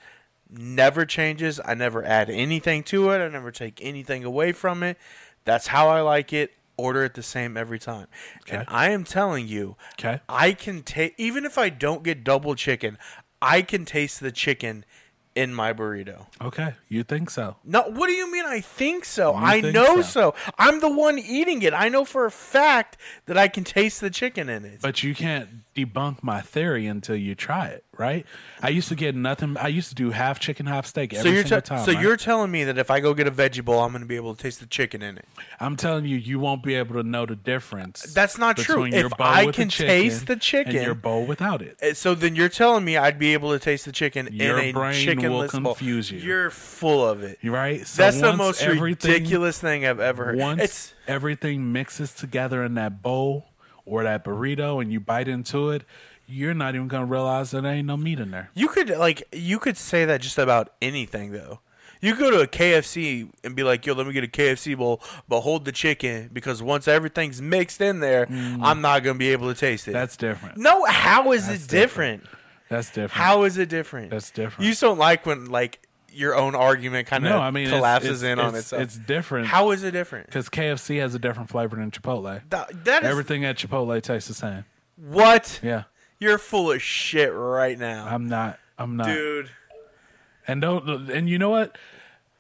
S1: Never changes. I never add anything to it. I never take anything away from it. That's how I like it. Order it the same every time. And
S2: Okay.
S1: I am telling you,
S2: Okay.
S1: I can take even if I don't get double chicken, I can taste the chicken in my burrito.
S2: Okay. You think so?
S1: No, what do you mean? I think so. I
S2: think
S1: know so.
S2: so.
S1: I'm the one eating it. I know for a fact that I can taste the chicken in it.
S2: But you can't debunk my theory until you try it, right? I used to get nothing. I used to do half chicken, half steak every
S1: so you're
S2: single
S1: te-
S2: time.
S1: so
S2: right?
S1: you're telling me that if I go get a veggie bowl, I'm going to be able to taste the chicken in it.
S2: I'm telling you, you won't be able to know the difference.
S1: That's not true.
S2: between
S1: If I
S2: with the
S1: can taste the
S2: and your
S1: chicken-
S2: bowl without it.
S1: Uh, So then you're telling me I'd be able to taste the chicken
S2: Your
S1: in a
S2: brain
S1: chickenless
S2: will
S1: bowl.
S2: confuse you.
S1: You're full of it.
S2: You right? So
S1: That's the
S2: once
S1: most
S2: everything-
S1: ridiculous thing I've ever heard.
S2: Once
S1: it's
S2: everything mixes together in that bowl or that burrito, and you bite into it, you're not even gonna realize that there ain't no meat in there.
S1: You could like you could say that just about anything though. You could go to a KFC and be like, "Yo, let me get a KFC bowl, but hold the chicken because once everything's mixed in there, I'm not gonna be able to taste it."
S2: Mm. That's different.
S1: no. How is it different?
S2: different. That's different.
S1: How is it different?
S2: That's different.
S1: You just don't like when like your own argument kind of
S2: No, I mean it's-
S1: collapses
S2: it's,
S1: in on
S2: it's-
S1: itself.
S2: It's different
S1: how is it different?
S2: because KFC has a different flavor than Chipotle.
S1: That, that is
S2: Everything at Chipotle tastes the same.
S1: what
S2: Yeah,
S1: you're full of shit right now,
S2: I'm not. I'm not.
S1: dude.
S2: And don't. And you know what?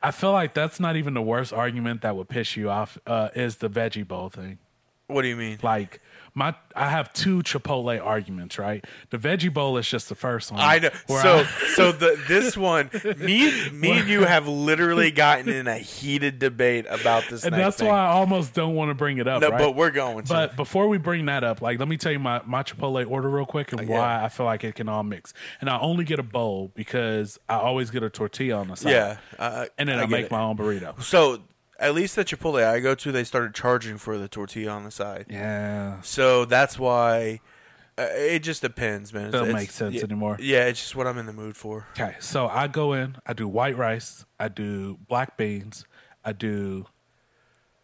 S2: I feel like that's not even the worst argument that would piss you off uh, is the veggie bowl thing.
S1: What do you mean?
S2: Like my, I have two Chipotle arguments, right? The veggie bowl is just the first one.
S1: I know.
S2: where
S1: So,
S2: I-
S1: so the this one, me, me and you have literally gotten in a heated debate about this.
S2: and
S1: next
S2: that's
S1: thing.
S2: why I almost don't want to bring it up.
S1: No,
S2: right?
S1: but we're going to.
S2: But before we bring that up, like let me tell you my, my Chipotle order real quick
S1: Oh,
S2: and why I feel like it can all mix. And I only get a bowl because I always get a tortilla on the side.
S1: yeah, uh,
S2: And then I,
S1: get
S2: make
S1: it.
S2: my own burrito.
S1: So at least the Chipotle I go to, they started charging for the tortilla on the side.
S2: Yeah.
S1: So that's why uh, it just depends, man.
S2: Doesn't
S1: It's-
S2: make sense
S1: yeah,
S2: anymore.
S1: Yeah, it's just what I'm in the mood for.
S2: Okay. So I go in, I do white rice, I do black beans, I do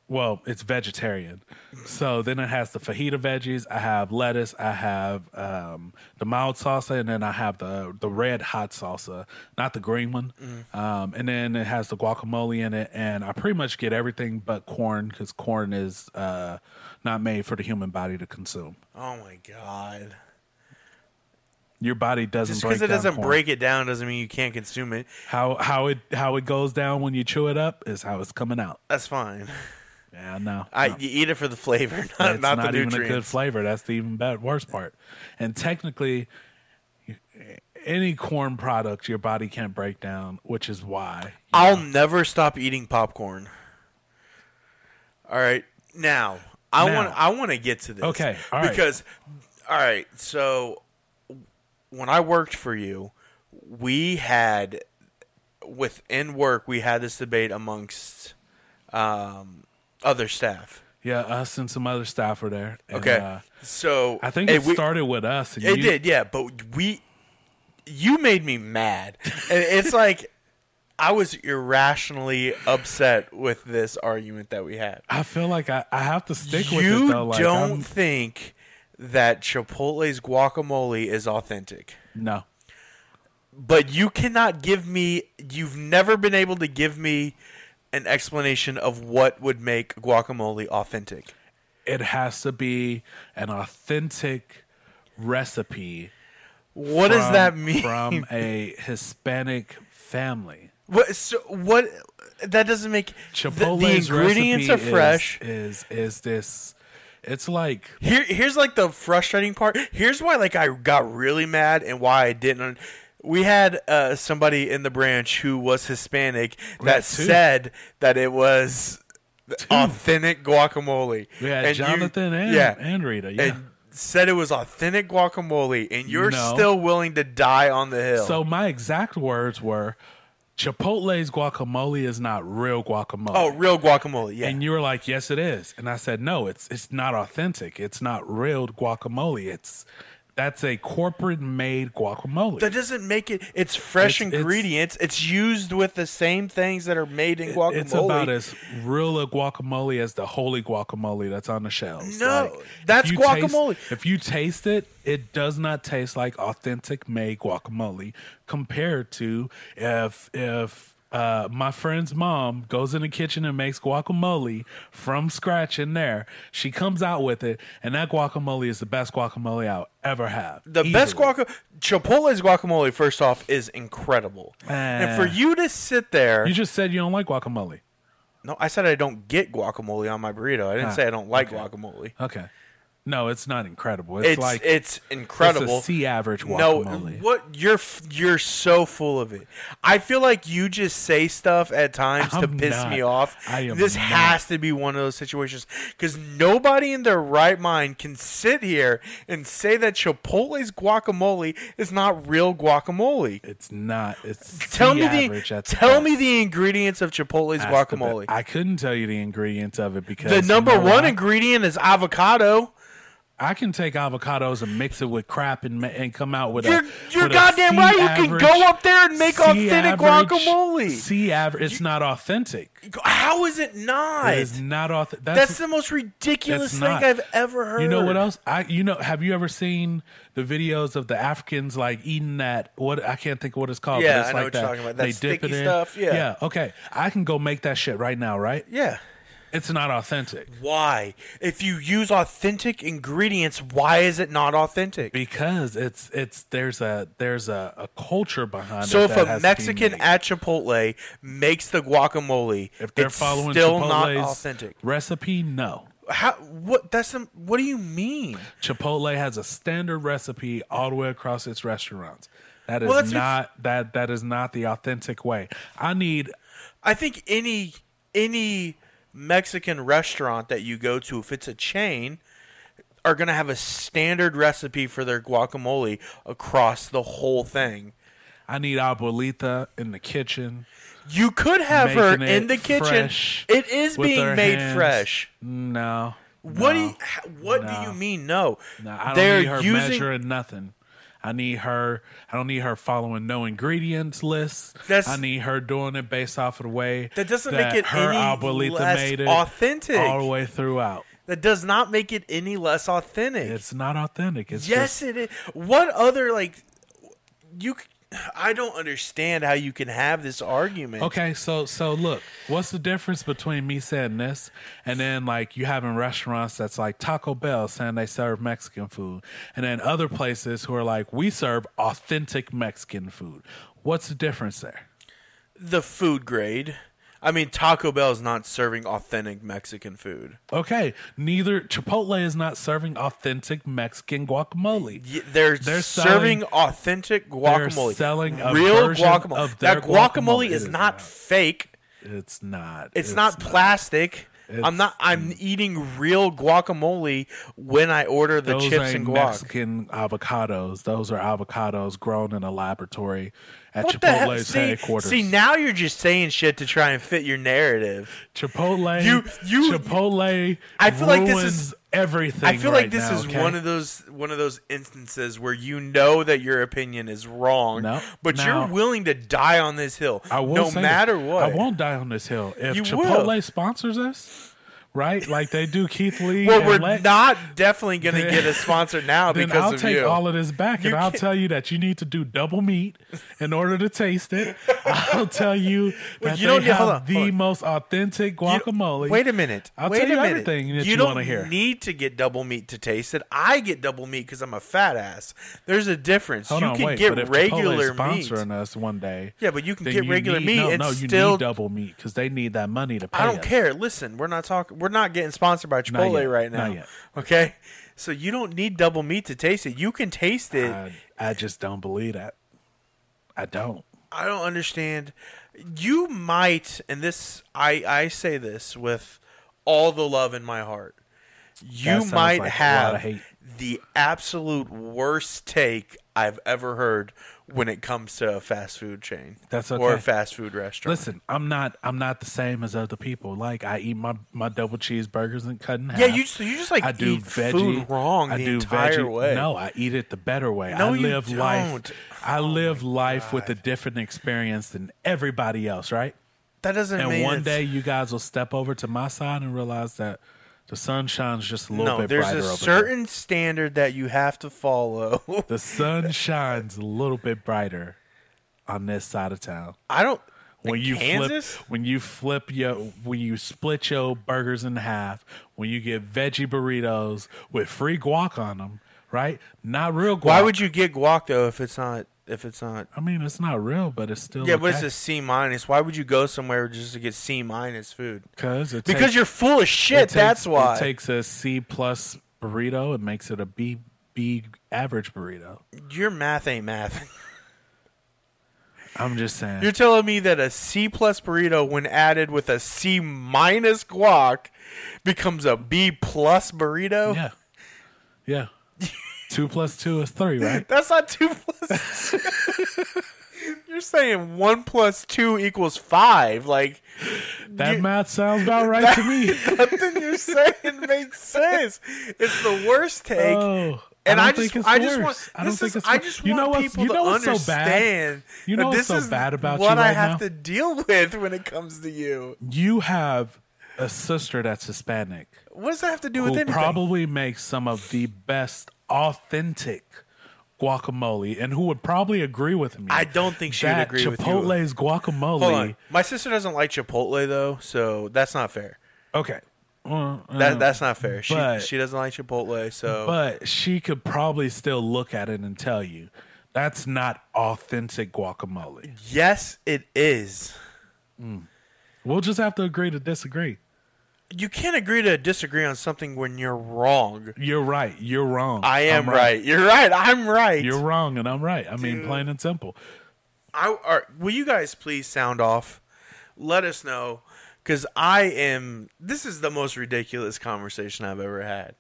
S2: well, it's vegetarian. So then it has the fajita veggies, I have lettuce, I have um, the mild salsa, and then I have the the red hot salsa, not the green one.
S1: Mm.
S2: Um, and then it has the guacamole in it, and I pretty much get everything but corn because corn is uh, not made for the human body to consume.
S1: Oh my god!
S2: Your body doesn't
S1: Just
S2: break
S1: because it
S2: down
S1: doesn't
S2: corn.
S1: break it down doesn't mean you can't consume it.
S2: How how it how it goes down when you chew it up is how it's coming out.
S1: That's fine.
S2: Yeah, no.
S1: I
S2: no.
S1: you eat it for the flavor, not,
S2: That's
S1: not,
S2: not,
S1: the
S2: even a
S1: nutrients.
S2: good flavor. That's the even bad, worst part. And technically, you- any corn product your body can't break down, which is why.
S1: I'll never stop eating popcorn. All right. Now, I
S2: Now.
S1: want I want to get to this.
S2: Okay, all right.
S1: Because all right, so when I worked for you, we had within work we had this debate amongst um, other staff.
S2: Yeah, us and some other staff were there. And,
S1: Okay.
S2: uh,
S1: so
S2: I think
S1: and
S2: it
S1: we-
S2: started with us. And
S1: It
S2: you-
S1: did, yeah. But we, you made me mad, and it's like I was irrationally upset with this argument that we had.
S2: I feel like I, I have to stick with
S1: you
S2: it though. Like,
S1: don't
S2: I'm-
S1: think that Chipotle's guacamole is authentic,
S2: no.
S1: but you cannot give me. You've never been able to give me an explanation of what would make guacamole authentic.
S2: It has to be an authentic recipe.
S1: What does
S2: from-
S1: that mean?
S2: From a Hispanic family.
S1: What? So, what? That doesn't make the-
S2: Chipotle's
S1: the ingredients are
S2: recipe
S1: fresh.
S2: Is, is is this? It's like
S1: Here, here's like the frustrating part. Here's why, like, I got really mad and why I didn't. un- We had uh, somebody in the branch who was Hispanic that
S2: had two.
S1: said that it was authentic guacamole.
S2: we had
S1: And you-
S2: Jonathan and
S1: yeah,
S2: and Rita. Yeah.
S1: and said it was authentic guacamole, and you're
S2: No.
S1: still willing to die on the hill.
S2: so my exact words were, Chipotle's guacamole is not real guacamole.
S1: oh, real guacamole, yeah.
S2: And you were like, "Yes, it is," and I said, "No, it's it's not authentic. It's not real guacamole. It's that's a corporate made guacamole."
S1: that doesn't make it. It's fresh
S2: It's- it's-
S1: ingredients. It's, used with the same things that are made in guacamole.
S2: it's about as real a guacamole as the holy guacamole that's on the shelves.
S1: No,
S2: if
S1: that's
S2: you taste-
S1: guacamole.
S2: if you taste it, it does not taste like authentic made guacamole compared to if if uh, my friend's mom goes in the kitchen and makes guacamole from scratch in there. She comes out with it, and that guacamole is the best guacamole I'll ever have.
S1: The best
S2: Easily.
S1: guacamole, Chipotle's guacamole, first off, is incredible. and for
S2: Eh.
S1: you to sit there,
S2: You just said you don't like guacamole.
S1: no, I said I don't get guacamole on my burrito. I didn't
S2: Ah,
S1: say I don't like
S2: okay.
S1: guacamole.
S2: Okay. No, it's not incredible. It's,
S1: It's
S2: like
S1: it's incredible.
S2: It's a C average
S1: no,
S2: guacamole.
S1: what you're f- you're so full of it. I feel like you just say stuff at times to
S2: I'm
S1: piss
S2: not.
S1: me off.
S2: I am
S1: this
S2: not.
S1: has to be one of those situations because nobody in their right mind can sit here and say that Chipotle's guacamole is not real guacamole.
S2: it's not. It's
S1: Tell
S2: C
S1: me
S2: average
S1: the
S2: at the
S1: tell me
S2: best.
S1: the ingredients of Chipotle's
S2: That's the
S1: guacamole.
S2: be- I couldn't tell you the ingredients of it because
S1: The,
S2: you
S1: number
S2: know
S1: one
S2: why?
S1: ingredient is avocado.
S2: I can take avocados and mix it with crap and ma- and come out with
S1: You're
S2: a.
S1: you're
S2: with a
S1: goddamn
S2: C
S1: right. You can
S2: average-
S1: go up there and make
S2: C
S1: authentic
S2: average-
S1: guacamole.
S2: C average. It's not authentic.
S1: How is it not?
S2: It is not authentic. That's,
S1: That's the most ridiculous
S2: it's
S1: thing
S2: not.
S1: I've ever heard.
S2: You know what else? I you know have you ever seen the videos of the Africans like eating that what I can't think of what it's called.
S1: Yeah,
S2: but it's
S1: I know
S2: like
S1: what
S2: that.
S1: you're talking about. That
S2: they dip
S1: sticky
S2: it in.
S1: stuff, yeah.
S2: Yeah. Okay. I can go make that shit right now. Right.
S1: Yeah.
S2: It's not authentic
S1: Why? If you use authentic ingredients, why is it not authentic?
S2: because it's it's there's a there's a, a culture behind
S1: so
S2: it.
S1: if
S2: that
S1: a
S2: has to be
S1: Mexican
S2: made.
S1: at Chipotle makes the guacamole,
S2: if they're
S1: it's
S2: following
S1: still not
S2: Chipotle's
S1: authentic.
S2: recipe, no.
S1: How? What? That's some. What do you mean?
S2: Chipotle has a standard recipe all the way across its restaurants. That is
S1: Well, that's what's-
S2: not that that is not the authentic way. I need
S1: I think any any Mexican restaurant that you go to, if it's a chain, are gonna have a standard recipe for their guacamole across the whole thing.
S2: I need abuelita in the kitchen.
S1: You could have her
S2: making
S1: in
S2: it
S1: the kitchen.
S2: fresh
S1: It is
S2: with
S1: being
S2: her
S1: made
S2: hands.
S1: fresh.
S2: No.
S1: What do
S2: no,
S1: you, h- what do
S2: No.
S1: you mean? No,
S2: no, I don't
S1: they're
S2: need her
S1: using.
S2: measuring nothing. I need her I don't need her following no ingredients list.
S1: That's-
S2: I need her doing it based off of the way
S1: That doesn't make it
S2: her
S1: any
S2: abuelita
S1: less
S2: made it
S1: authentic.
S2: all the way throughout.
S1: That does not make it any less authentic.
S2: It's not authentic. It's
S1: yes, it
S2: just,
S1: is. What other like you? c- I don't understand how you can have this argument.
S2: Okay, so so look, what's the difference between me saying this and then like you having restaurants that's like Taco Bell saying they serve Mexican food, and then other places who are like we serve authentic Mexican food. What's the difference there?
S1: The food grade. I mean, Taco Bell is not serving authentic Mexican food.
S2: Okay, neither Chipotle is not serving authentic Mexican guacamole.
S1: Y- They're,
S2: They're
S1: serving authentic guacamole.
S2: selling a
S1: real
S2: version
S1: guacamole.
S2: of
S1: that
S2: their
S1: guacamole,
S2: guacamole.
S1: is
S2: It is
S1: not
S2: not.
S1: fake.
S2: It's not.
S1: It's, not plastic. I'm
S2: It's-
S1: not. I'm eating real guacamole when I order the
S2: Those
S1: chips
S2: ain't
S1: and guac.
S2: Mexican avocados. Those are avocados grown in a laboratory at
S1: What the hell?
S2: Chipotle's
S1: See,
S2: headquarters.
S1: see, now you're just saying shit to try and fit your narrative.
S2: Chipotle.
S1: You- you-
S2: Chipotle.
S1: I feel like this
S2: ruins
S1: is-
S2: everything.
S1: I feel like
S2: right
S1: this
S2: now,
S1: is
S2: okay?
S1: one of those one of those instances where you know that your opinion is wrong,
S2: No,
S1: but you're
S2: now-
S1: willing to die on this hill,
S2: I will
S1: no
S2: say
S1: matter
S2: this,
S1: what.
S2: I won't die on this hill. If
S1: You
S2: Chipotle
S1: will.
S2: sponsors us, right, like they do Keith Lee.
S1: well,
S2: and
S1: we're
S2: Lex,
S1: not definitely going to
S2: Then-
S1: get a sponsor now
S2: Then
S1: because
S2: I'll
S1: of
S2: take
S1: you.
S2: all of this back,
S1: You
S2: and I'll
S1: can't-
S2: tell you that you need to do double meat in order to taste it. I'll tell you that
S1: you don't
S2: they
S1: need-
S2: have
S1: hold on,
S2: the
S1: hold on.
S2: most authentic
S1: You-
S2: guacamole.
S1: Wait a minute.
S2: I'll
S1: Wait
S2: tell you
S1: a minute.
S2: everything that you
S1: don't
S2: wanna hear.
S1: need to get double meat to taste it. I get double meat because I'm a fat ass. There's a difference.
S2: Hold
S1: you
S2: on,
S1: can
S2: wait, but
S1: get
S2: if
S1: regular
S2: Chipotle's
S1: meat.
S2: sponsoring us one day.
S1: Yeah, but you can
S2: then
S1: get regular
S2: need-
S1: meat
S2: No,
S1: and
S2: no, you
S1: still-
S2: need double meat because they need that money to pay.
S1: I don't
S2: us.
S1: care. Listen, we're not talking. We're not getting sponsored by Chipotle
S2: yet.
S1: right now.
S2: Not yet.
S1: Okay, so you don't need double meat to taste it. You can taste it.
S2: I, I just don't believe that. I don't.
S1: I don't understand. You might, and this I I say this with all the love in my heart. You
S2: sounds
S1: might
S2: like a lot of
S1: have
S2: hate.
S1: the absolute worst take I've ever heard when it comes to a fast food chain.
S2: That's
S1: Or a
S2: okay.
S1: fast food restaurant.
S2: Listen, I'm not. I'm not the same as other people. Like I eat my my double cheeseburgers and cut in half.
S1: Yeah, you just- you just, like,
S2: I do
S1: eat
S2: veggie
S1: food wrong
S2: I
S1: the
S2: do
S1: entire
S2: veggie.
S1: way.
S2: No, I eat it the better way.
S1: No,
S2: I
S1: you
S2: live
S1: don't. Oh,
S2: life. I live life with a different experience than everybody else. Right.
S1: that doesn't
S2: And
S1: mean
S2: one
S1: it's-
S2: day you guys will step over to my side and realize that the sun shines just a little
S1: no,
S2: bit
S1: there's
S2: brighter
S1: a
S2: over there.
S1: certain standard that you have to follow.
S2: The sun shines a little bit brighter on this side of town.
S1: I don't
S2: When
S1: like
S2: you
S1: Kansas?
S2: flip, when you flip your, when you split your burgers in half, when you get veggie burritos with free guac on them, right? Not real guac.
S1: Why would you get guac though if it's not if it's not
S2: I mean, it's not real, but it's still
S1: Yeah, but it's a C minus. Why would you go somewhere just to get C minus food?
S2: because it
S1: Because
S2: takes-
S1: you're full of
S2: it
S1: shit.
S2: takes-
S1: that's why.
S2: it takes a C plus burrito and makes it a B B average burrito.
S1: Your math ain't math.
S2: I'm just saying.
S1: You're telling me that a C plus burrito, when added with a C minus guac, becomes a B plus burrito?
S2: yeah, yeah. two plus two is three, right?
S1: That's not two plus. You're saying one plus two equals five. Like
S2: That
S1: You-
S2: math sounds about right to me.
S1: nothing you're saying makes sense. It's the worst take.
S2: Oh,
S1: And I,
S2: don't
S1: just,
S2: think it's
S1: I just
S2: worse.
S1: want,
S2: I don't
S1: this
S2: think
S1: is,
S2: it's
S1: I
S2: worse.
S1: just
S2: you
S1: want
S2: know what's,
S1: people
S2: you know
S1: to
S2: what's so bad?
S1: understand.
S2: You know
S1: that
S2: what's
S1: this
S2: so
S1: is
S2: bad about
S1: what
S2: you
S1: I
S2: right
S1: have
S2: now?
S1: to deal with when it comes to you.
S2: You have a sister that's Hispanic
S1: What does that have to do with
S2: who
S1: anything?
S2: probably makes some of the best authentic guacamole and who would probably agree with me.
S1: I don't think she would
S2: that
S1: agree with you.
S2: Chipotle's guacamole.
S1: Hold on. My sister doesn't like Chipotle though, so that's not fair.
S2: Okay. Well, uh,
S1: That that's not fair. She
S2: But-
S1: she doesn't like Chipotle, so
S2: but she could probably still look at it and tell you that's not authentic guacamole.
S1: yes, it is.
S2: We'll just have to agree to disagree.
S1: You can't agree to disagree on something when you're wrong.
S2: You're right. You're wrong.
S1: I am
S2: I'm
S1: right. You're right. I'm right.
S2: You're wrong, and I'm right. I mean,
S1: Dude.
S2: plain and simple.
S1: I are, will you guys please sound off? Let us know cuz I am this is the most ridiculous conversation I've ever had.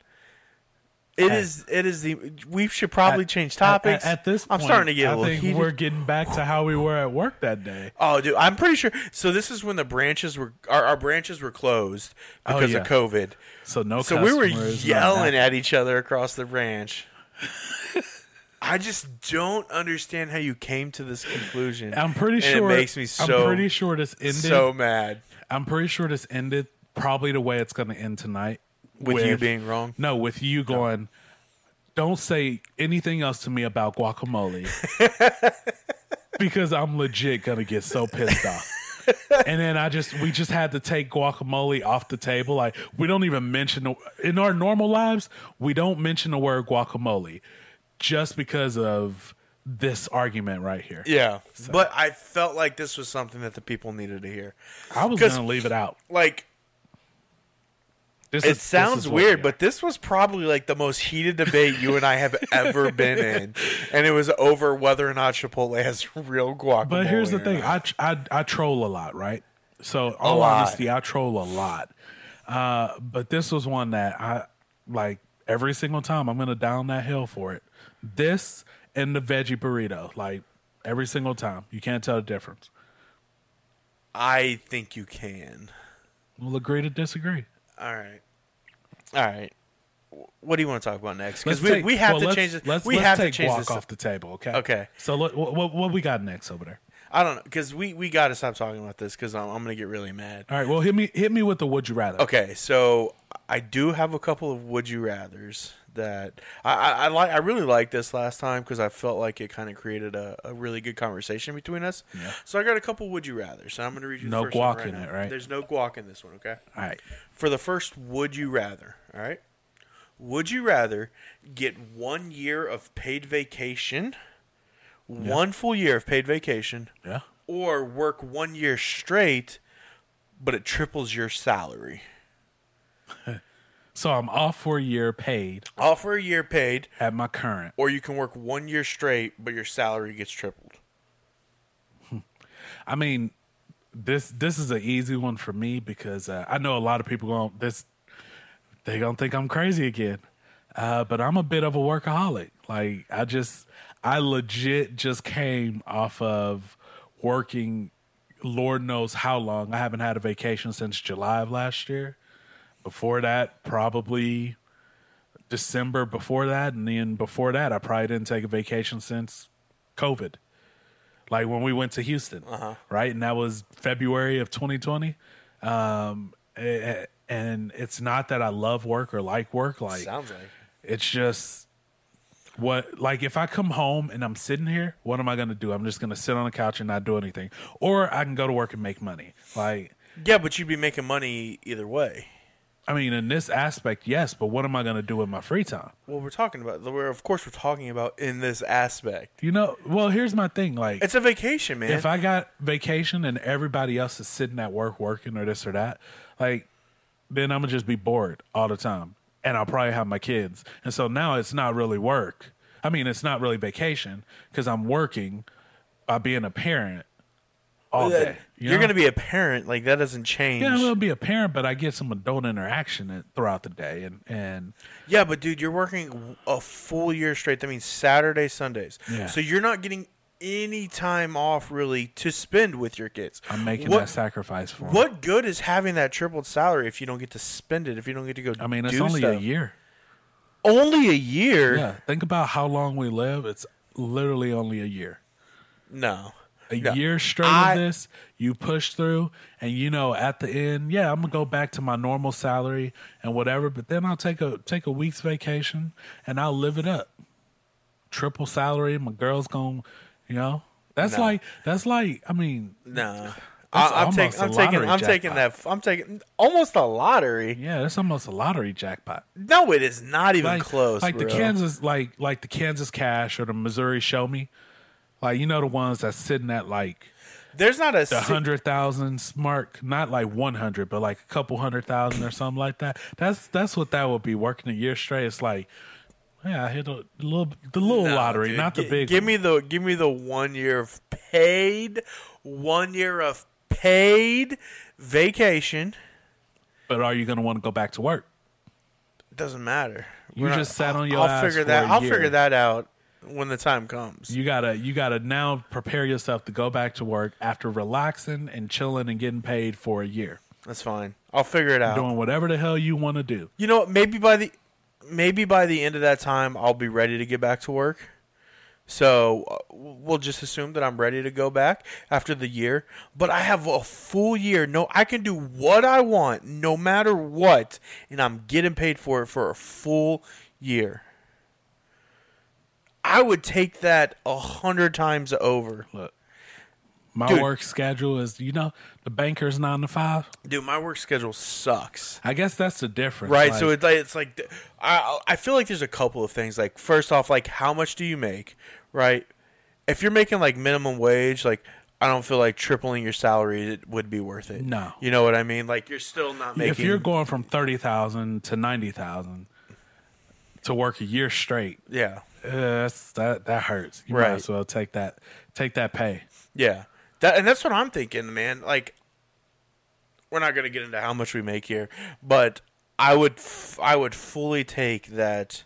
S1: It
S2: At-
S1: is it is the we should probably change topics.
S2: At, at this,
S1: I'm
S2: point,
S1: starting to get a
S2: I
S1: little
S2: think
S1: heated.
S2: we're getting back to how we were at work that day.
S1: Oh, dude, I'm pretty sure. So this is when the branches were our, our branches were closed
S2: Oh,
S1: because
S2: yeah.
S1: of COVID.
S2: So no.
S1: So we were
S2: customers, no
S1: yelling
S2: nothing.
S1: at each other across the branch. I just don't understand how you came to this conclusion.
S2: I'm pretty
S1: and
S2: sure.
S1: it makes me so
S2: I'm pretty sure this ended.
S1: so mad
S2: I'm pretty sure this ended probably the way it's going to end tonight.
S1: with, you being wrong.
S2: No, with you going, don't say anything else to me about guacamole because I'm legit going to get so pissed off. and then I just, we just had to take guacamole off the table. Like, we don't even mention, the- in our normal lives, we don't mention the word guacamole just because of this argument right here.
S1: Yeah, but I felt like this was something that the people needed to hear.
S2: I was going
S1: 'Cause-
S2: to leave it out.
S1: Like
S2: This
S1: it
S2: is- this
S1: sounds
S2: is what we
S1: weird,
S2: are.
S1: but this was probably like the most heated debate you and I have ever been in, and it was over whether or not Chipotle has real guacamole.
S2: But here's the
S1: or
S2: thing:
S1: not.
S2: I, I I troll a lot, right? So, all
S1: lot.
S2: honesty, I troll a lot. Uh, but this was one that I like every single time. I'm gonna down that hill for it. This and the veggie burrito, like every single time, you can't tell the difference.
S1: I think you can.
S2: We'll agree to disagree.
S1: All right, all right. W- What do you want to talk about next?
S2: Let's
S1: Because we,
S2: take-
S1: we have
S2: well,
S1: to
S2: let's-
S1: change this.
S2: Let's,
S1: we
S2: let's
S1: have
S2: take
S1: to change
S2: walk
S1: this.
S2: off the table. Okay.
S1: Okay.
S2: So what what, what we got next over there?
S1: I don't know because we we got to stop talking about this because I'm, I'm gonna get really mad.
S2: All right. Well, hit me hit me with the would you rather.
S1: Okay, so I do have a couple of would you rather's that I I, I like. I really liked this last time because I felt like it kind of created a, a really good conversation between us. So I got a couple would you rather's. and I'm gonna read you the
S2: No
S1: first one
S2: guac
S1: right
S2: in
S1: now.
S2: it, right?
S1: There's no guac in this one. Okay.
S2: All right.
S1: for the first would you rather, all right? Would you rather get one year of paid vacation, one full year of paid vacation,
S2: Yeah.
S1: or work one year straight, but it triples your salary?
S2: So I'm off for a year, paid
S1: All for a year paid,
S2: at my current.
S1: or you can work one year straight, but your salary gets tripled.
S2: I mean, this this is an easy one for me because uh, I know a lot of people going this they gonna think I'm crazy again, uh, but I'm a bit of a workaholic. Like I just I legit just came off of working, Lord knows how long. I haven't had a vacation since July of last year. Before that, probably December before that, and then before that, I probably didn't take a vacation since COVID like when we went to Houston, right? And that was February of 2020. Um, eh, and it's not that I love work or like work. Like
S1: Sounds like
S2: it's just what like if I come home and I'm sitting here, what am I gonna do? I'm just gonna sit on the couch and not do anything, or I can go to work and make money. Like
S1: yeah, but you'd be making money either way.
S2: I mean, in this aspect, yes, but what am I gonna do with my free time?
S1: Well, we're talking about we're of course we're talking about in this aspect.
S2: You know, well, here's my thing. Like
S1: It's a vacation, man.
S2: if I got vacation and everybody else is sitting at work working or this or that, like then I'm gonna just be bored all the time, and I'll probably have my kids. And so now it's not really work. I mean, it's not really vacation because I'm working by being a parent all
S1: That-
S2: day. you
S1: You're
S2: know?
S1: going to be a parent. Like that doesn't change.
S2: yeah,
S1: Yeah,
S2: I will be a parent, but I get some adult interaction in- throughout the day, and and
S1: but dude, you're working a full year straight. That means Saturday, Sundays.
S2: Yeah.
S1: So you're not getting any time off really to spend with your kids.
S2: I'm making
S1: what,
S2: that sacrifice for. 'em.
S1: What good is having that tripled salary if you don't get to spend it? If you don't get to go?
S2: I mean, it's
S1: do
S2: only a
S1: stuff?
S2: year.
S1: Only a year?
S2: Yeah, think about how long we live. It's literally only a year.
S1: No.
S2: a
S1: No.
S2: year straight
S1: I-
S2: of this, you push through, and you know at the end, yeah, I'm gonna go back to my normal salary and whatever. But then I'll take a take a week's vacation and I'll live it up. Triple salary, my girl's gonna, you know, that's
S1: No.
S2: like that's like I mean,
S1: No.
S2: That's
S1: I, am
S2: almost
S1: taking.
S2: a
S1: I'm taking.
S2: lottery
S1: I'm taking that. I'm taking almost a lottery.
S2: Yeah, that's almost a lottery jackpot.
S1: No, it is not even
S2: Like,
S1: close.
S2: like the
S1: bro.
S2: Kansas, like like the Kansas Cash or the Missouri Show Me. Like you know the ones that's sitting at like
S1: There's not a.
S2: the
S1: si-
S2: hundred thousand mark, not like one hundred, but like a couple hundred thousand or something like that. That's that's what that would be working a year straight. It's like, yeah, I hit a little the little
S1: No,
S2: lottery,
S1: dude.
S2: not the
S1: Gi-
S2: big.
S1: Give
S2: one.
S1: me the give me the one year of paid, one year of paid vacation.
S2: But are you going to want to go back to work?
S1: Doesn't matter.
S2: You
S1: We're
S2: just sat on your
S1: I'll
S2: ass
S1: figure
S2: for
S1: that.
S2: a
S1: I'll
S2: year.
S1: figure that out when the time comes.
S2: You gotta you gotta now prepare yourself to go back to work after relaxing and chilling and getting paid for a year,
S1: That's fine. I'll figure it out.
S2: doing whatever the hell you want to do.
S1: You know, what, maybe by the maybe by the end of that time, I'll be ready to get back to work. So uh, we'll just assume that I'm ready to go back after the year. But I have a full year. No, I can do what I want, no matter what, and I'm getting paid for it for a full year. I would take that a hundred times over,
S2: Look, my
S1: Dude.
S2: work schedule is you know the banker's nine to five.
S1: dude. My work schedule sucks.
S2: I guess that's the difference,
S1: right
S2: Like,
S1: so it's like it's like th- i i feel like there's a couple of things like first off like how much do you make right if you're making like minimum wage like i don't feel like tripling your salary it would be worth it
S2: No.
S1: you know what i mean like you're still not making
S2: if you're going from thirty thousand to ninety thousand to work a year straight,
S1: yeah
S2: uh, that's, that that hurts. You might
S1: Right.
S2: as well take that take that pay.
S1: yeah that and that's what i'm thinking man like we're not gonna get into how much we make here but i would f- i would fully take that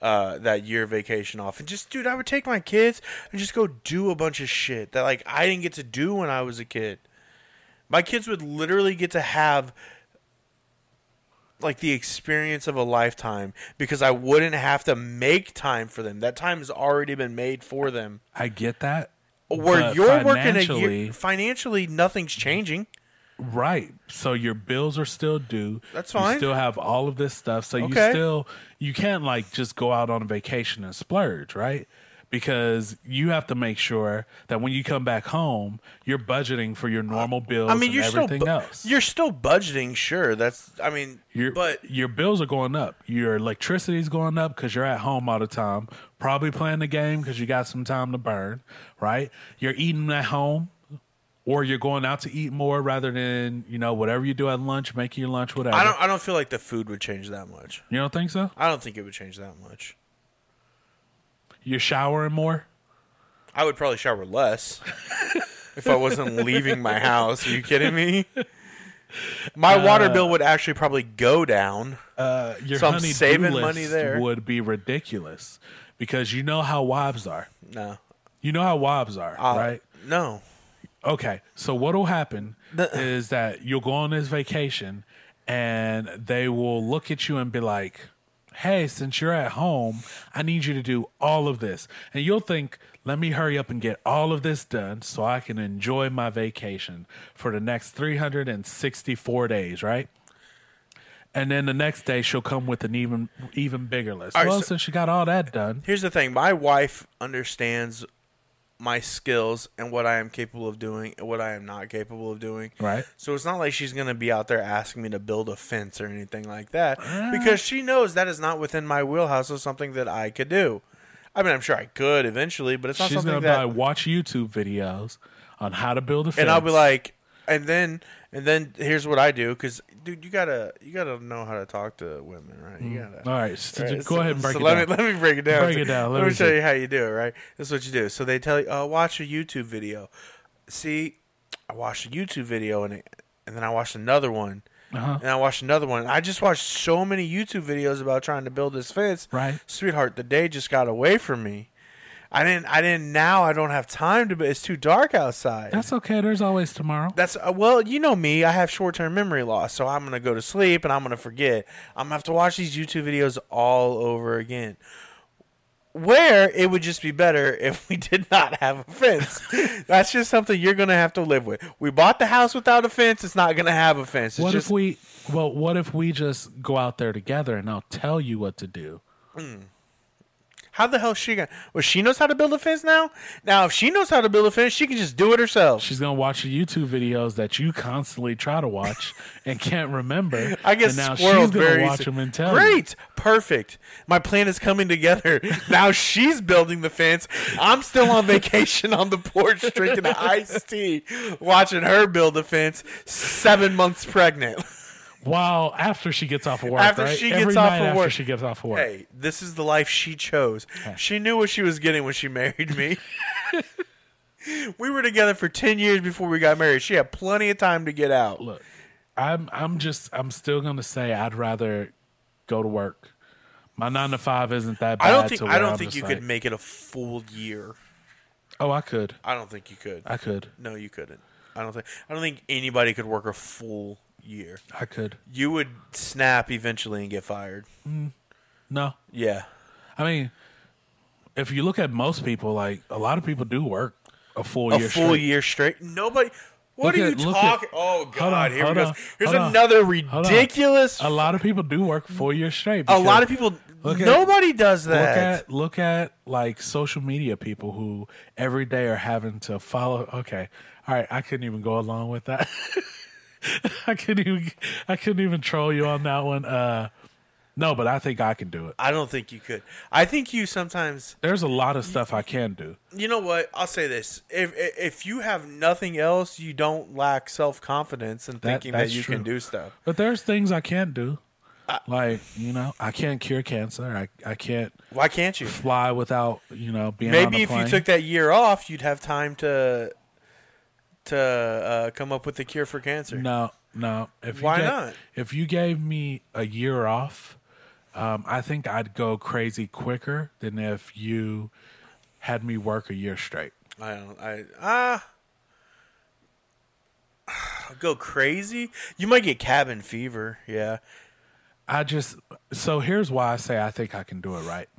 S1: uh, that year vacation off and just dude i would take my kids and just go do a bunch of shit that like i didn't get to do when i was a kid my kids would literally get to have like the experience of a lifetime because i wouldn't have to make time for them that time has already been made for them
S2: I get that.
S1: where
S2: but
S1: you're working a
S2: financially-
S1: year financially nothing's changing
S2: Right. So your bills are still due.
S1: That's
S2: You
S1: fine.
S2: still have all of this stuff. So you
S1: Okay.
S2: still you can't like just go out on a vacation and splurge, right? Because you have to make sure that when you come back home, you're budgeting for your normal bills
S1: Uh, i mean
S2: and
S1: you're still
S2: everything
S1: bu-
S2: else.
S1: you're still budgeting sure that's i mean
S2: Your,
S1: but
S2: your bills are going up. Your electricity's going up because you're at home all the time, probably playing the game because you got some time to burn, right? You're eating at home, or you're going out to eat more rather than you know whatever you do at lunch, making your lunch, whatever.
S1: i don't i don't feel like the food would change that much
S2: you don't think so?
S1: i don't think it would change that much
S2: You're showering more.
S1: I would probably shower less if I wasn't leaving my house. Are you kidding me? My water bill would actually probably go down.
S2: Uh, your
S1: So I'm
S2: honey-do
S1: saving
S2: list
S1: money there.
S2: would be ridiculous because you know how wives are.
S1: No,
S2: You know how wives are,
S1: Uh,
S2: right?
S1: No,
S2: Okay, so what'll happen is that you'll go on this vacation, and they will look at you and be like, "Hey, since you're at home, I need you to do all of this," and you'll think. Let me hurry up and get all of this done so I can enjoy my vacation for the next 364 days, right? And then the next day she'll come with an even even bigger list.
S1: All right,
S2: well,
S1: so-
S2: since she got all that done,
S1: here's the thing. My wife understands my skills and what I am capable of doing and what I am not capable of doing.
S2: Right.
S1: So it's not like she's going to be out there asking me to build a fence or anything like that
S2: Ah.
S1: because she knows that is not within my wheelhouse of something that I could do. I mean, I'm sure I could eventually, but it's not
S2: she's
S1: something
S2: gonna
S1: that
S2: probably watch YouTube videos on how to build a fence.
S1: and I'll be like, and then and then here's what I do because dude, you gotta you gotta know how to talk to women, right? You gotta.
S2: All right, so
S1: All
S2: ju-
S1: right,
S2: go
S1: so-
S2: ahead and break
S1: so
S2: it
S1: let
S2: down.
S1: Me, let me break it down.
S2: Break it down.
S1: Let,
S2: Let
S1: me
S2: me
S1: show
S2: see.
S1: you how you do it. Right, this is what you do. So they tell you, "Oh, watch a YouTube video." See, I watched a YouTube video and it, and then I watched another one,
S2: Uh-huh.
S1: and I watched another one. I just watched so many YouTube videos about trying to build this fence.
S2: Right.
S1: sweetheart, the day just got away from me. I didn't. I didn't. Now I don't have time to. But it's too dark outside.
S2: That's okay. There's always tomorrow.
S1: That's uh, well, you know me. I have short-term memory loss, so I'm gonna go to sleep and I'm gonna forget. I'm gonna have to watch these YouTube videos all over again. Where it would just be better if we did not have a fence. That's just something you're gonna have to live with. We bought the house without a fence. It's not gonna have a fence. It's
S2: what
S1: just
S2: if we? Well, what if we just go out there together and I'll tell you what to do?
S1: How the hell is she gonna? Well, she knows how to build a fence now. Now, if she knows how to build a fence, she can just do it herself.
S2: She's gonna watch the YouTube videos that you constantly try to watch and can't remember.
S1: I guess
S2: and now
S1: squirrels
S2: she's gonna
S1: very
S2: watch
S1: easy.
S2: them and tell you.
S1: Great, perfect. My plan is coming together. now she's building the fence. I'm still on vacation on the porch drinking iced tea, watching her build a fence. Seven months pregnant.
S2: While after she gets off of work,
S1: After
S2: right?
S1: she
S2: Every
S1: gets off
S2: night
S1: of
S2: after
S1: work.
S2: she gets off of work.
S1: Hey, this is the life she chose. She knew what she was getting when she married me. we were together for 10 years before we got married. She had plenty of time to get out.
S2: Look, I'm I'm just I'm still gonna say I'd rather go to work. My nine to five isn't that bad.
S1: I don't think
S2: to
S1: I
S2: where
S1: don't
S2: I'm
S1: think
S2: just
S1: you
S2: like,
S1: could make it a full year.
S2: Oh, I could.
S1: I don't think you could.
S2: I could.
S1: No, you couldn't. I don't think I don't think anybody could work a full year.
S2: I could.
S1: You would snap eventually and get fired.
S2: No,
S1: Yeah.
S2: I mean, if you look at most people, like a lot of people do work a full
S1: A
S2: year.
S1: full
S2: straight.
S1: year straight. Nobody What
S2: Look
S1: are you
S2: at- look at-
S1: talking? Oh god,
S2: on,
S1: here we
S2: hold
S1: go.
S2: on,
S1: Here's
S2: hold on,
S1: another
S2: on.
S1: ridiculous
S2: A lot of people do work four years straight.
S1: A lot
S2: because
S1: of people.
S2: Look at-
S1: nobody does
S2: look
S1: that.
S2: at look at like social media people who every day are having to follow. Okay, all right, I couldn't even go along with that. I couldn't even I couldn't even troll you on that one. Uh, no, but I think I can do it.
S1: I don't think you could. I think you sometimes.
S2: There's a lot of stuff I can do.
S1: You know what? I'll say this: if if if you have nothing else, you don't lack self confidence and thinking that
S2: that's
S1: you can
S2: true.
S1: do stuff.
S2: But there's things I can't do. Like, you know, I can't cure cancer. I, I can't
S1: Why can't you?
S2: fly without, you know, being on
S1: Maybe
S2: a
S1: if
S2: plane.
S1: you took that year off, you'd have time to to uh, come up with a cure for cancer.
S2: No, no. If
S1: Why
S2: you ga-
S1: not?
S2: If you gave me a year off, um, I think I'd go crazy quicker than if you had me work a year straight.
S1: I don't. I ah. Go crazy. You might get cabin fever. Yeah.
S2: I just so here's why I say I think I can do it right.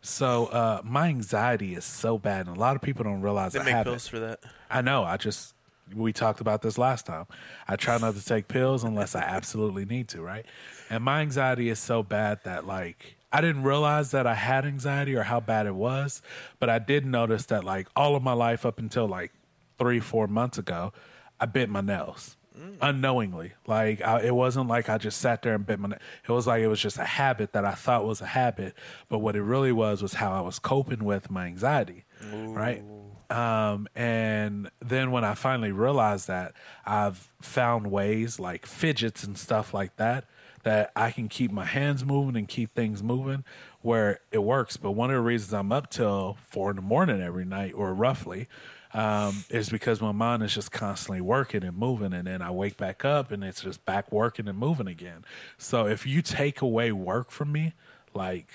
S2: So uh, my anxiety is so bad, and a lot of people don't realize
S1: They
S2: I
S1: make
S2: have it.
S1: pills for that.
S2: I know. I just we talked about this last time. I try not to take pills unless I absolutely need to, right? And my anxiety is so bad that like I didn't realize that I had anxiety or how bad it was, but I did notice that like all of my life up until like 3 4 months ago, I bit my nails unknowingly. Like I, it wasn't like I just sat there and bit my nail. It was like it was just a habit that I thought was a habit, but what it really was was how I was coping with my anxiety, right? Um, and then when I finally realized that, I've found ways like fidgets and stuff like that that I can keep my hands moving and keep things moving where it works. But one of the reasons I'm up till four in the morning every night, or roughly, um, is because my mind is just constantly working and moving, and then I wake back up and it's just back working and moving again. So if you take away work from me, like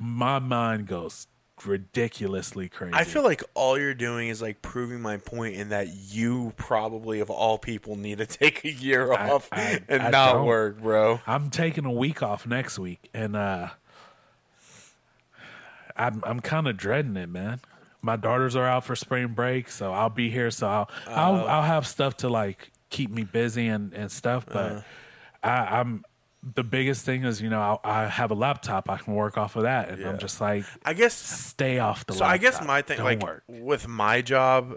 S2: my mind goes ridiculously crazy.
S1: I feel like all you're doing is like proving my point in that you probably of all people need to take a year off
S2: I-
S1: and
S2: I
S1: not
S2: don't.
S1: work, bro.
S2: I'm taking a week off next week, and uh, I'm I'm kind of dreading it, man. My daughters are out for spring break, so I'll be here. So I'll
S1: Oh.
S2: I'll, I'll have stuff to like keep me busy and and stuff.
S1: Uh-huh.
S2: But I, I'm the biggest thing is you know I, I have a laptop I can work off of that, and I'm just like
S1: I guess
S2: stay off the.
S1: so I guess
S2: laptop.
S1: my thing
S2: Don't
S1: like
S2: work.
S1: with my job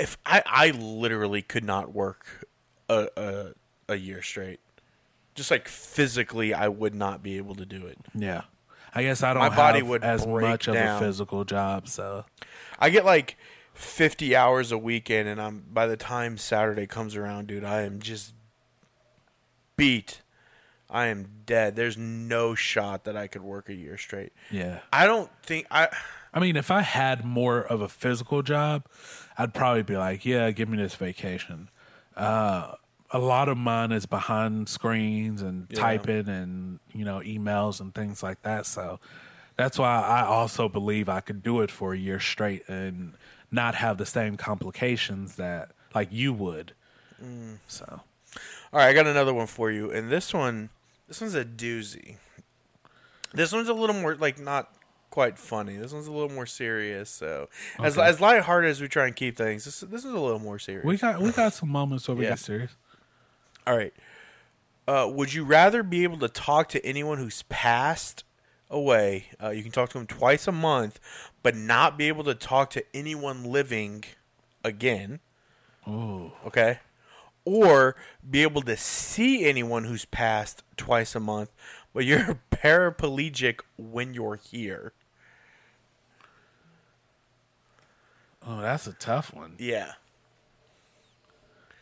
S1: if I I literally could not work a a, a year straight. Just like physically I would not be able to do it.
S2: yeah. I guess I don't
S1: My body
S2: have
S1: would
S2: as
S1: break
S2: much
S1: down.
S2: of a physical job, so
S1: I get like 50 hours a weekend and I'm by the time Saturday comes around, dude, I am just beat. I am dead. There's no shot that I could work a year straight.
S2: yeah.
S1: I don't think I
S2: I mean, if I had more of a physical job, I'd probably be like, yeah, give me this vacation. Uh, a lot of mine is behind screens and typing and, you know, emails and things like that. So that's why I also believe I could do it for a year straight and not have the same complications that, like, you would. Mm. So,
S1: All right, I got another one for you, and this one, this one's a doozy. This one's a little more like not quite funny. This one's a little more serious. So as
S2: Okay.
S1: as lighthearted as we try and keep things, this this is a little more serious.
S2: we got we got some moments where we
S1: Yeah.
S2: get serious.
S1: All right. Uh, would you rather be able to talk to anyone who's past away. Uh, you can talk to him twice a month, but not be able to talk to anyone living again.
S2: Ooh.
S1: Okay. Or be able to see anyone who's passed twice a month, but you're paraplegic when you're here.
S2: Oh, that's a tough one.
S1: Yeah.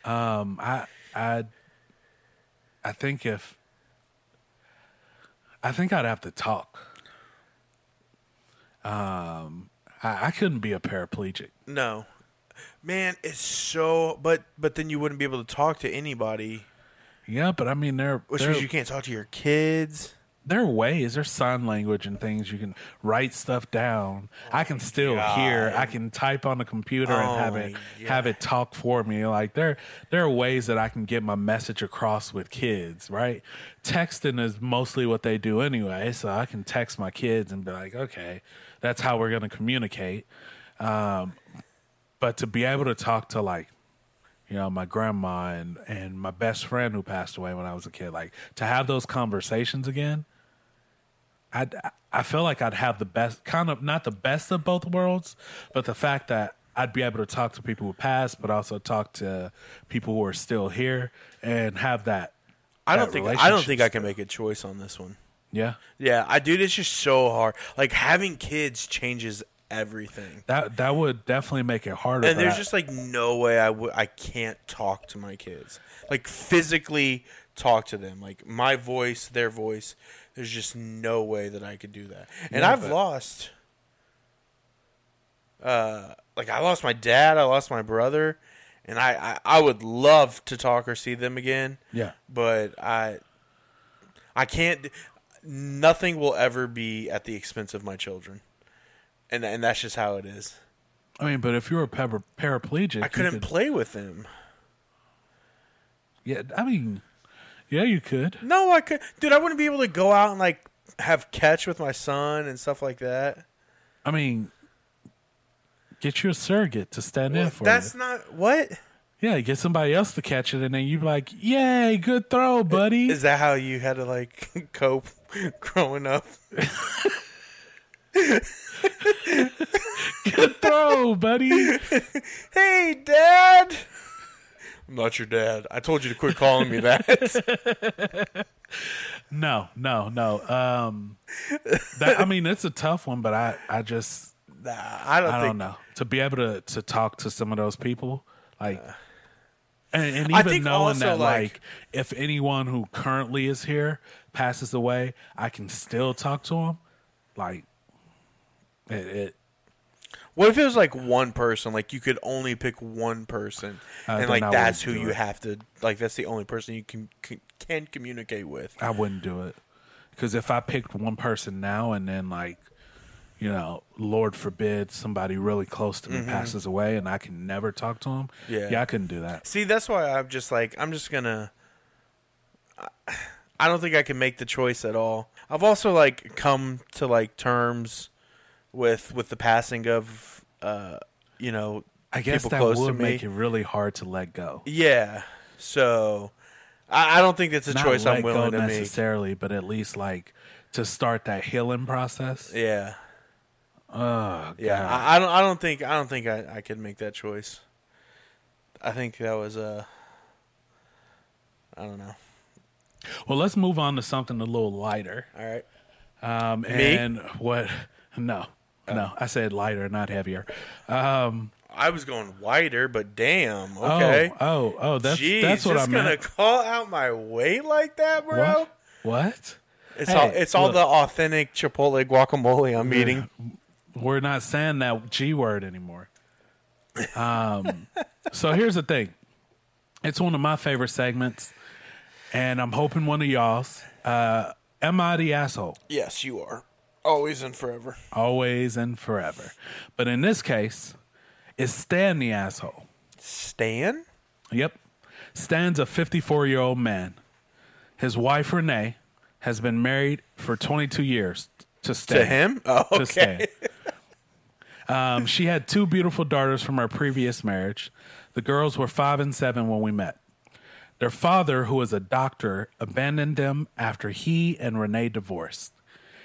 S2: Um, I, I, I think if, I think I'd have to talk. Um, I, I couldn't be a paraplegic.
S1: No. Man, it's so but but then you wouldn't be able to talk to anybody.
S2: Yeah, but I mean, there,
S1: Which
S2: there,
S1: means you can't talk to your kids.
S2: there are ways. There's sign language and things you can write stuff down. I can still
S1: Oh God.
S2: hear. I can type on the computer
S1: Oh
S2: and have it
S1: my
S2: have it talk for me. Like there, there are ways that I can get my message across with kids. Right, texting is mostly what they do anyway. So I can text my kids and be like, okay, that's how we're gonna communicate. Um, but to be able to talk to like you know my grandma and and my best friend who passed away when I was a kid like to have those conversations again I I feel like I'd have the best kind of not the best of both worlds but the fact that I'd be able to talk to people who passed but also talk to people who are still here and have that
S1: I
S2: that
S1: don't think I don't
S2: relationship
S1: think I can
S2: still.
S1: make a choice on this one.
S2: yeah
S1: Yeah, I dude, it's just so hard. Like having kids changes everything.
S2: that that would definitely make it harder
S1: And
S2: but
S1: there's
S2: I-
S1: just like no way I would I can't talk to my kids. Like physically talk to them. Like my voice, their voice. There's just no way that I could do that. And
S2: Yeah,
S1: I've
S2: but-
S1: lost uh like I lost my dad, I lost my brother, and I, I, I would love to talk or see them again
S2: yeah
S1: but I I can't nothing will ever be at the expense of my children. And and that's just how it is.
S2: I mean but if you were a para- paraplegic
S1: I
S2: you
S1: couldn't
S2: could-
S1: play with them.
S2: yeah I mean yeah you could
S1: No, I could Dude, I wouldn't be able to go out and like have catch with my son and stuff like that.
S2: I mean, get you a surrogate to stand in for
S1: that's
S2: you.
S1: not what
S2: Yeah, get somebody else to catch it, and then you be like, "Yay, good throw, buddy!"
S1: is that how you had to like cope growing up?
S2: good throw, buddy.
S1: Hey, dad. I'm not your dad. I told you to quit calling me that.
S2: No, no, no. Um, that, I mean, it's a tough one, but I, I just,
S1: nah, I don't
S2: I
S1: think
S2: don't know to be able to to talk to some of those people, like, and, and
S1: I
S2: even
S1: think
S2: knowing
S1: also,
S2: that,
S1: like-
S2: like, if anyone who currently is here passes away, I can still talk to them. Like, it, it
S1: What if it was like one person? Like you could only pick one person,
S2: Uh,
S1: and
S2: then I
S1: like
S2: wouldn't
S1: that's who
S2: do
S1: you
S2: it.
S1: have to like. That's the only person you can can, can communicate with.
S2: I wouldn't do it because if I picked one person now and then like you know lord forbid somebody really close to me passes away and I can never talk to him
S1: Mm-hmm. Yeah.
S2: yeah I couldn't do that
S1: See, that's why I'm just like I'm just gonna. I don't think I can make the choice at all. I've also like come to like terms with with the passing of uh you know
S2: I guess
S1: people
S2: that
S1: close to
S2: would
S1: me.
S2: make it really hard to let go
S1: yeah. So I, I don't think that's a
S2: not
S1: choice
S2: let
S1: I'm willing
S2: go
S1: to make.
S2: necessarily but at least like to start that healing process
S1: Yeah.
S2: oh
S1: Yeah,
S2: God.
S1: I, I don't. I don't think. I don't think I, I could make that choice. I think that was Uh, I don't know.
S2: well let's move on to something a little lighter
S1: All right.
S2: Um,
S1: Me? Oh.
S2: and what? No, no. I said lighter, not heavier. Um,
S1: I was going wider, but damn. Okay.
S2: Oh, oh, oh. That's
S1: Jeez,
S2: that's what I
S1: just gonna
S2: meant.
S1: call out my weight like that, bro.
S2: What? What?
S1: It's
S2: Hey,
S1: all. It's all
S2: look.
S1: the authentic Chipotle guacamole I'm eating.
S2: We're not saying that G word anymore. Um, so here's the thing. It's one of my favorite segments, and I'm hoping one of y'all's. Uh, am I the asshole?
S1: Yes, you are. Always and forever.
S2: Always and forever. But in this case, it's Stan the asshole.
S1: Stan.
S2: Yep. Stan's a 54 year old man. His wife, Renee, has been married for 22 years to Stan.
S1: To him. Oh,
S2: To
S1: okay.
S2: Stan. Um, she had two beautiful daughters from her previous marriage. The girls were five and seven when we met. Their father, who was a doctor, abandoned them after he and Renee divorced.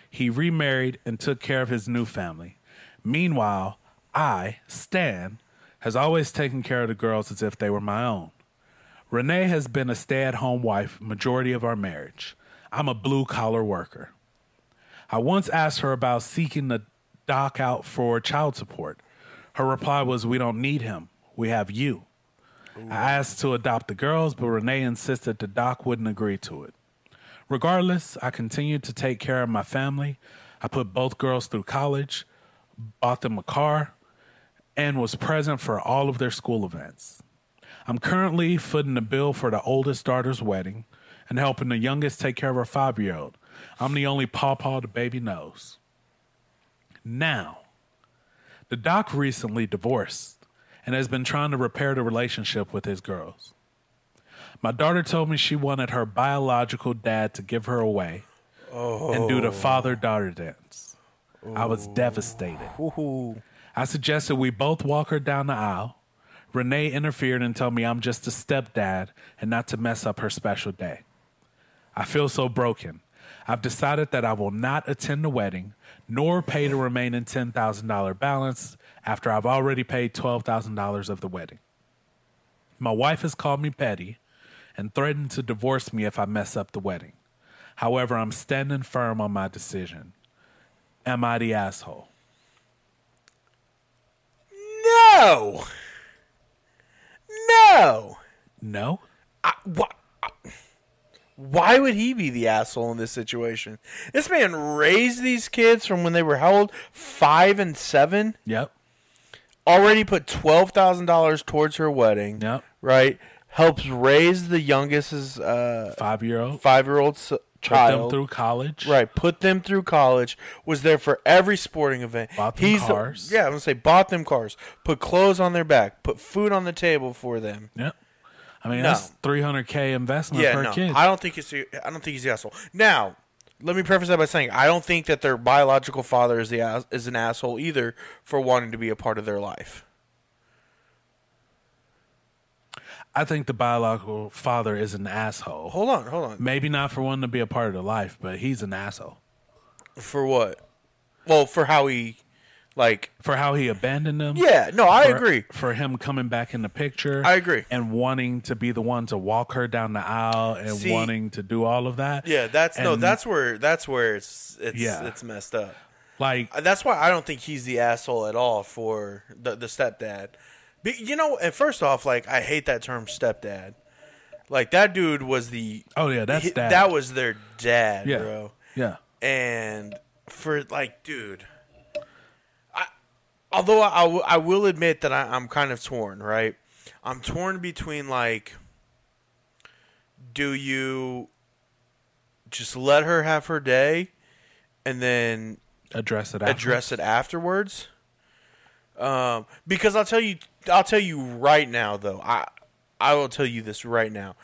S2: He remarried and took care of his new family. Meanwhile, I, Stan, has always taken care of the girls as if they were my own. Renee has been a stay at home wife majority of our marriage. I'm a blue collar worker. I once asked her about seeking the doc out for child support. Her reply was, We don't need him. We have you. I asked to adopt the girls, but Renee insisted the doc wouldn't agree to it. Regardless, I continued to take care of my family. I put both girls through college, bought them a car, and was present for all of their school events. I'm currently footing the bill for the oldest daughter's wedding and helping the youngest take care of her five year old. I'm the only pawpaw the baby knows. Now, the doc recently divorced and has been trying to repair the relationship with his girls. My daughter told me she wanted her biological dad to give her away and do the father daughter dance. I was devastated. I suggested we both walk her down the aisle. Renee interfered and told me I'm just a stepdad and not to mess up her special day. I feel so broken. I've decided that I will not attend the wedding nor pay the remaining $10,000 balance after I've already paid $12,000 of the wedding. My wife has called me petty and threatened to divorce me if I mess up the wedding. However, I'm standing firm on my decision. Am I the asshole?
S1: No. No.
S2: No.
S1: I, why, why would he be the asshole in this situation? This man raised these kids from when they were how old? Five and seven.
S2: Yep.
S1: Already put twelve thousand dollars towards her wedding.
S2: Yep.
S1: Right. Helps raise the youngest's uh,
S2: Five year old.
S1: five-year-old s-
S2: Them
S1: child.
S2: through college.
S1: Right, put them through college. Was there for every sporting event.
S2: Bought them
S1: the-
S2: cars.
S1: yeah, I'm gonna say bought them cars. Put clothes on their back. Put food on the table for them.
S2: Yep. I mean,
S1: No.
S2: that's 300K investment
S1: yeah,
S2: per
S1: no,
S2: kid.
S1: I don't think it's. I don't think he's the asshole. Now, let me preface that by saying I don't think that their biological father is the ass, is an asshole either for wanting to be a part of their life.
S2: I think the biological father is an asshole.
S1: Hold on, hold on.
S2: Maybe not for one to be a part of the life, but he's an asshole
S1: For what? Well, for how he, like,
S2: for how he abandoned them.
S1: yeah. No, I
S2: for-
S1: agree.
S2: For him coming back in the picture.
S1: I agree.
S2: And wanting to be the one to walk her down the aisle and
S1: See-
S2: wanting to do all of that.
S1: Yeah, that's no,
S2: And,
S1: that's where that's where it's it's
S2: Yeah.
S1: it's messed up. Uh,
S2: like
S1: That's why I don't think he's the asshole at all for the the stepdad. But, you know, and first off, like I hate that term stepdad. Like that dude was the
S2: Oh, yeah, that's
S1: he-
S2: dad.
S1: that was their dad,
S2: yeah,
S1: bro.
S2: yeah.
S1: And for like, dude, I although I, I, w- I will admit that I, I'm kind of torn. Right, I'm torn between like, do you just let her have her day, and then
S2: Address it.
S1: address it afterwards. Um, because I'll tell you, I'll tell you right now though. I I will tell you this right now.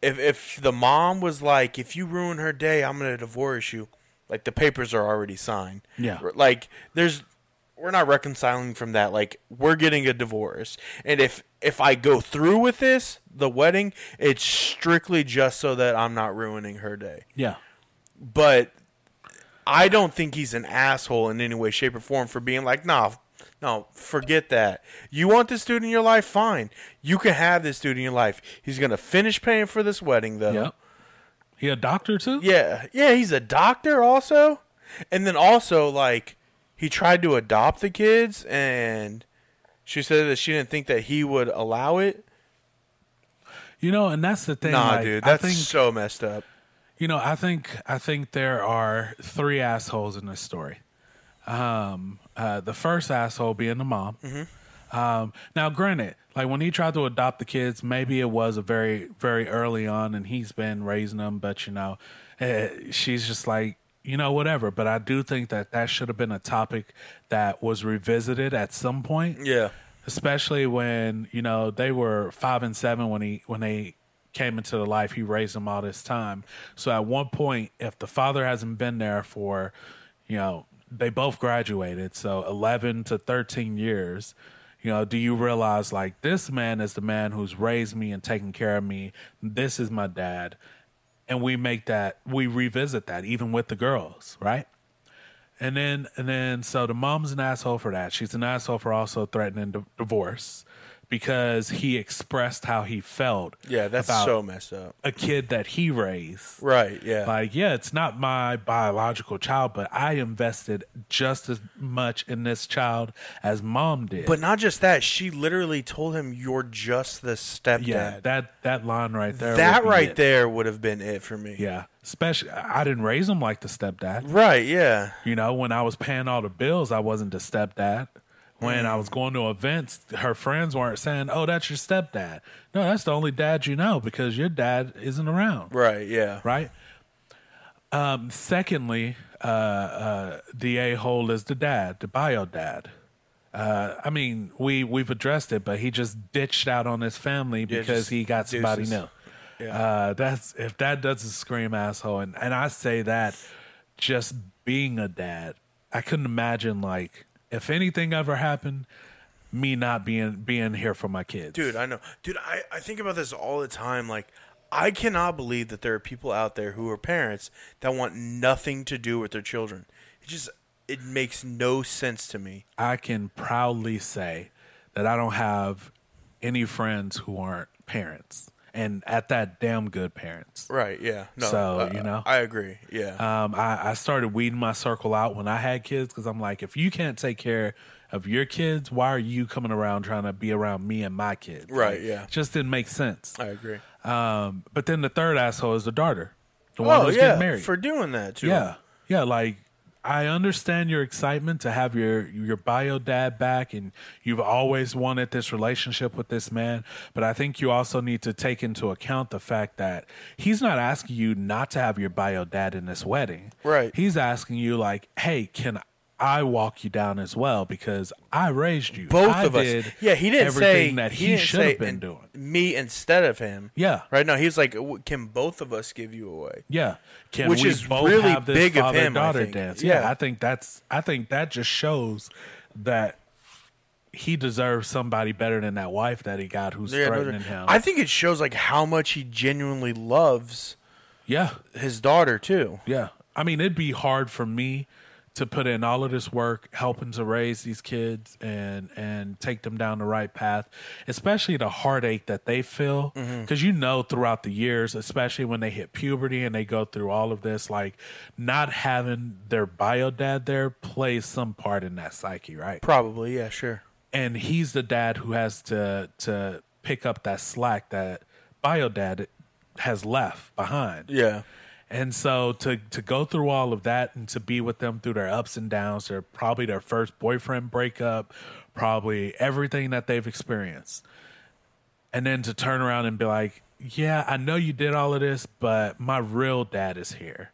S1: If if the mom was like, if you ruin her day, I'm gonna divorce you. Like the papers are already signed.
S2: Yeah.
S1: R- Like there's, we're not reconciling from that. Like we're getting a divorce, and if if I go through with this, the wedding, it's strictly just so that I'm not ruining her day
S2: Yeah.
S1: but I don't think he's an asshole in any way, shape, or form for being like, nah, f- no, forget that. You want this dude in your life? Fine. You can have this dude in your life. He's gonna finish paying for this wedding though.
S2: Yep. He a doctor too?
S1: Yeah. Yeah, he's a doctor also. And then also like he tried to adopt the kids and she said that she didn't think that he would allow it.
S2: You know, and that's the thing.
S1: Nah,
S2: like,
S1: dude,
S2: I
S1: that's
S2: think-
S1: so messed up.
S2: You know, I think I think there are three assholes in this story. Um, uh, the first asshole being the mom.
S1: Mm-hmm.
S2: Um, now, granted, like when he tried to adopt the kids, maybe it was a very very early on, and he's been raising them. But you know, eh, she's just like you know whatever. But I do think that that should have been a topic that was revisited at some point
S1: Yeah.
S2: especially when you know they were five and seven when he when they came into the life he raised them all this time so at one point if the father hasn't been there for you know they both graduated so 11 to 13 years you know do you realize like this man is the man who's raised me and taken care of me this is my dad and we make that we revisit that even with the girls right And then and then so the mom's an asshole for that. She's an asshole for also threatening di- divorce because he expressed how he felt
S1: Yeah, that's
S2: about
S1: so messed up.
S2: a kid that he raised.
S1: Right. Yeah.
S2: Like, yeah, it's not my biological child, but I invested just as much in this child as mom did.
S1: but not just that. She literally told him, "You're just the stepdad."
S2: yeah, that that line right there.
S1: that
S2: would be
S1: right
S2: it.
S1: there would have been it for me.
S2: Yeah. Especially I didn't raise him like the stepdad.
S1: Right. Yeah.
S2: You know, when I was paying all the bills, I wasn't the stepdad. When I was going to events, her friends weren't saying, "Oh, that's your stepdad." No, that's the only dad you know because your dad isn't around.
S1: Right. Yeah.
S2: right? Um, secondly, uh, uh, the a hole is the dad, the bio dad. Uh, I mean, we we've addressed it, but he just ditched out on his family because
S1: just
S2: he got somebody
S1: deuces.
S2: new. Uh, that's if that doesn't scream asshole, and and I say that just being a dad, I couldn't imagine like if anything ever happened, me not being being here for my kids,
S1: Dude, I know. Dude, I, I think about this all the time. Like, I cannot believe that there are people out there who are parents that want nothing to do with their children. It just it makes no sense to me.
S2: I can proudly say that I don't have any friends who aren't parents, and at that, damn good parents.
S1: Right, yeah. No. uh,
S2: So, you know.
S1: I agree. Yeah.
S2: Um, I, I started weeding my circle out when I had kids because I'm like, if you can't take care of your kids, why are you coming around trying to be around me and my kids?
S1: Right,
S2: Like,
S1: yeah.
S2: just didn't make sense.
S1: I agree.
S2: Um, but then the third asshole is the daughter, the one
S1: Oh,
S2: who's
S1: yeah.
S2: getting married.
S1: For doing that too.
S2: Yeah. Yeah, like I understand your excitement to have your your bio dad back and you've always wanted this relationship with this man, but I think you also need to take into account the fact that he's not asking you not to have your bio dad in this wedding.
S1: Right.
S2: He's asking you like, "Hey, can I walk you down as well because I raised you.
S1: Both
S2: I
S1: of us.
S2: did
S1: Yeah, he didn't
S2: everything
S1: say
S2: that he,
S1: didn't
S2: should
S1: say
S2: have been
S1: in-
S2: doing.
S1: Me instead of him.
S2: Yeah.
S1: Right now, he's like, "W- can both of us give you away?
S2: Yeah, Can
S1: Which
S2: we
S1: is
S2: both
S1: really
S2: have this
S1: big of
S2: father
S1: him, I
S2: Daughter
S1: think.
S2: dance. Yeah.
S1: Yeah.
S2: I think that's. I think that just shows that he deserves somebody better than that wife that he got, who's
S1: Yeah, no,
S2: threatening him.
S1: I think it shows like how much he genuinely loves
S2: yeah,
S1: his daughter too.
S2: yeah. I mean, it'd be hard for me to put in all of this work, helping to raise these kids and and take them down the right path, especially the heartache that they feel, because you know throughout the years, especially when they hit puberty and they go through all of this, like not having their bio dad there plays some part in that psyche, right?
S1: Probably, yeah, sure.
S2: and he's the dad who has to to pick up that slack that bio dad has left behind.
S1: Yeah.
S2: And so to to go through all of that and to be with them through their ups and downs, their probably their first boyfriend breakup, probably everything that they've experienced. And then to turn around and be like, "Yeah, I know you did all of this, but my real dad is here."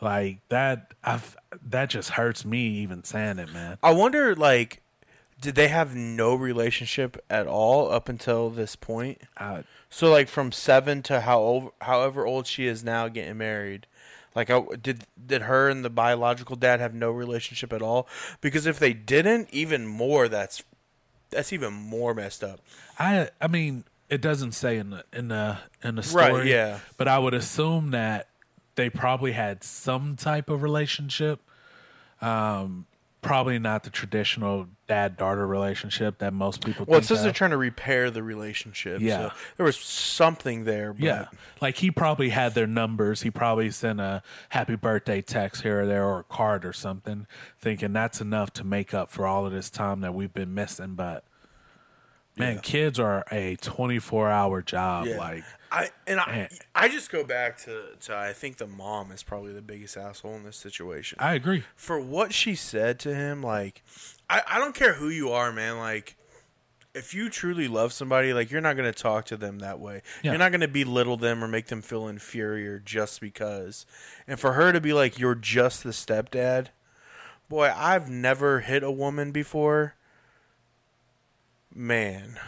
S2: Like that I that just hurts me even saying it, man.
S1: I wonder like did they have no relationship at all up until this point?
S2: I,
S1: So like from 7 to how old, however old she is now getting married. Like I, did did her and the biological dad have no relationship at all? Because if they didn't, even more that's that's even more messed up.
S2: I I mean, it doesn't say in the in the in the
S1: Right,
S2: story.
S1: yeah.
S2: But I would assume that they probably had some type of relationship. Um probably not the traditional dad daughter relationship that most people
S1: Well, it
S2: think
S1: says they're
S2: of.
S1: trying to repair the relationship.
S2: Yeah.
S1: So there was something there, but
S2: yeah. Like he probably had their numbers. He probably sent a happy birthday text here or there or a card or something, thinking that's enough to make up for all of this time that we've been missing, but Man, kids are a twenty-four hour job.
S1: Yeah.
S2: Like, eh.
S1: I and I,
S2: Man.
S1: I just go back to, to I think the mom is probably the biggest asshole in this situation.
S2: I agree.
S1: For what she said to him, like I, I don't care who you are, man, like if you truly love somebody, like you're not gonna talk to them that way.
S2: Yeah.
S1: You're not gonna belittle them or make them feel inferior just because. And for her to be like, You're just the stepdad, boy, I've never hit a woman before. Man.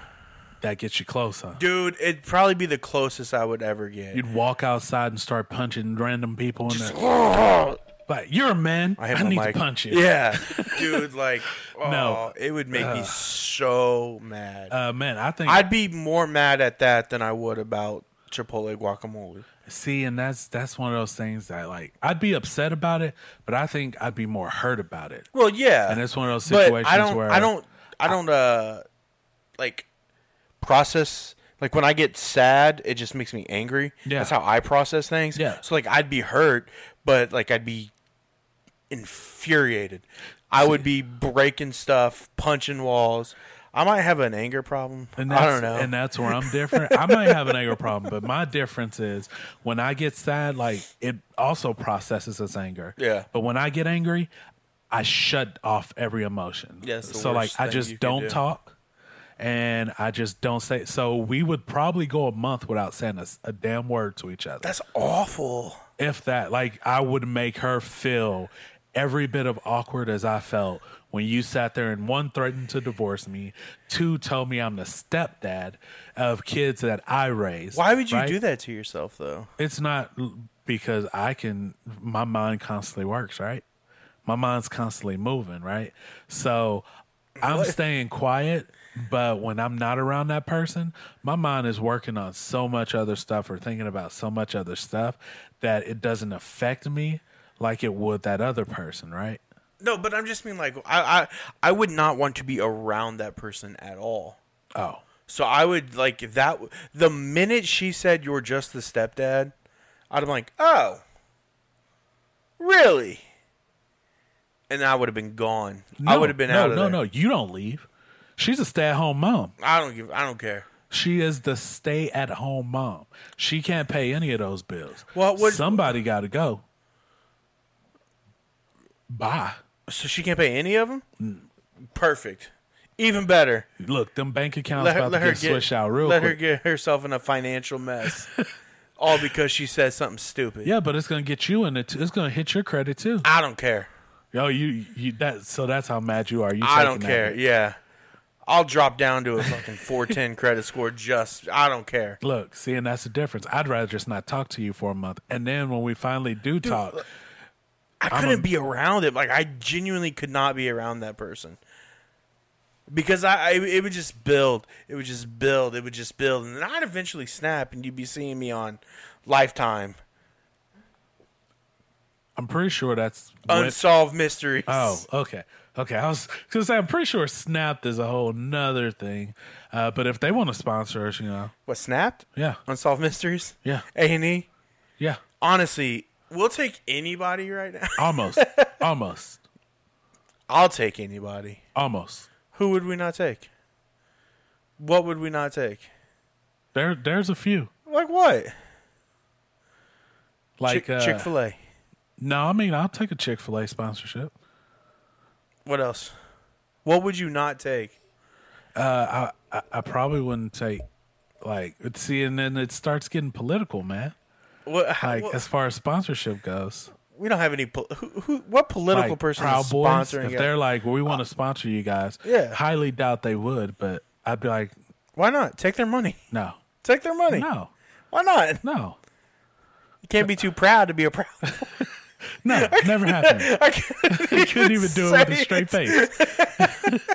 S2: That gets you close, huh?
S1: Dude, it'd probably be the closest I would ever get.
S2: You'd walk outside and start punching random people in the. But you're a man. I,
S1: hit my
S2: need
S1: mic.
S2: to punch you.
S1: Yeah, dude, like, oh,
S2: No.
S1: it would make me so mad.
S2: Uh, man, I think
S1: I'd be more mad at that than I would about Chipotle guacamole.
S2: See, and that's that's one of those things that like I'd be upset about it, but I think I'd be more hurt about it.
S1: Well, yeah,
S2: And it's one of those
S1: but
S2: situations
S1: I don't,
S2: where
S1: I don't, I don't, uh, like process. Like when I get sad, it just makes me angry.
S2: Yeah.
S1: That's how I process things.
S2: Yeah.
S1: So like I'd be hurt, but like I'd be infuriated. I would be breaking stuff, punching walls. I might have an anger problem.
S2: And that's,
S1: I don't know.
S2: And that's where I'm different. I might have an anger problem, but my difference is when I get sad, like it also processes this anger.
S1: Yeah.
S2: But when I get angry, I shut off every emotion.
S1: Yeah, it's the
S2: So like
S1: worst
S2: I
S1: thing you
S2: just
S1: can
S2: don't
S1: do.
S2: talk, and I just don't say. So we would probably go a month without saying a, s- a damn word to each other.
S1: that's awful.
S2: if that, like I would make her feel every bit of awkward as I felt when you sat there and one threatened to divorce me, two told me I'm the stepdad of kids that I raised.
S1: Why would you
S2: right?
S1: do that to yourself though?
S2: It's not l- because I can. My mind constantly works, right? My mind's constantly moving, right? So I'm staying quiet, but when I'm not around that person, my mind is working on so much other stuff or thinking about so much other stuff that it doesn't affect me like it would that other person, right?
S1: No, but I'm just mean like I, I I would not want to be around that person at all.
S2: Oh,
S1: So I would like if that. The minute she said you're just the stepdad, I'd have been like, oh, really? And I would have been gone. I
S2: No,
S1: would have been
S2: no,
S1: out of
S2: no,
S1: there.
S2: no. You don't leave. She's a stay-at-home mom.
S1: I don't give. I don't care.
S2: She is the stay at home mom. She can't pay any of those bills.
S1: Well, what-
S2: somebody got to go. Bye.
S1: So she can't pay any of them.
S2: Mm.
S1: Perfect. Even better.
S2: Look, them bank accounts
S1: Let her,
S2: about
S1: let
S2: to
S1: her
S2: get
S1: get
S2: switched out real
S1: Let
S2: quick.
S1: her get herself in a financial mess, all because she said something stupid.
S2: yeah, but it's gonna get you in it. Too. It's gonna hit your credit too.
S1: I don't care.
S2: Yo, you, you that. So that's how mad you are. You,
S1: I
S2: taking
S1: don't care.
S2: That.
S1: Yeah. I'll drop down to a fucking 410 credit score just I don't care.
S2: Look, see, and that's the difference. I'd rather just not talk to you for a month, and then when we finally do
S1: uh,
S2: talk,
S1: I couldn't be around it. Like I genuinely could not be around that person. Because I, I it would just build. It would just build. It would just build and then I'd eventually snap and you'd be seeing me on Lifetime.
S2: I'm pretty sure that's when-
S1: Unsolved mysteries.
S2: Oh, okay. Okay. I was because I'm pretty sure Snapped is a whole nother thing. Uh, but if they want to sponsor us, you know,
S1: What snapped?
S2: yeah,
S1: Unsolved mysteries?
S2: yeah,
S1: A&E?
S2: yeah,
S1: Honestly, we'll take anybody right now.
S2: almost, almost,
S1: I'll take anybody.
S2: almost.
S1: Who would we not take? What would we not take?
S2: There, there's a few
S1: Like what?
S2: like uh,
S1: Chick Fil A.
S2: No, I mean I'll take a Chick Fil A sponsorship.
S1: What else? What would you not take?
S2: I, I probably wouldn't take like see, and then it starts getting political, man.
S1: What? How,
S2: Like
S1: what-
S2: as far as sponsorship goes,
S1: we don't have any. pol- Who, who? What political
S2: like
S1: person
S2: Proud
S1: is
S2: Boys,
S1: sponsoring?
S2: if
S1: it? Uh,
S2: they're like, well, we want to sponsor you guys,
S1: Yeah.
S2: highly doubt they would, but I'd be like,
S1: Why not take their money?
S2: no,
S1: Take their money.
S2: no,
S1: Why not?
S2: no.
S1: You can't be too proud to be a proud.
S2: No, never happened.
S1: I can't
S2: He couldn't even do it with a
S1: say
S2: straight
S1: it.
S2: face.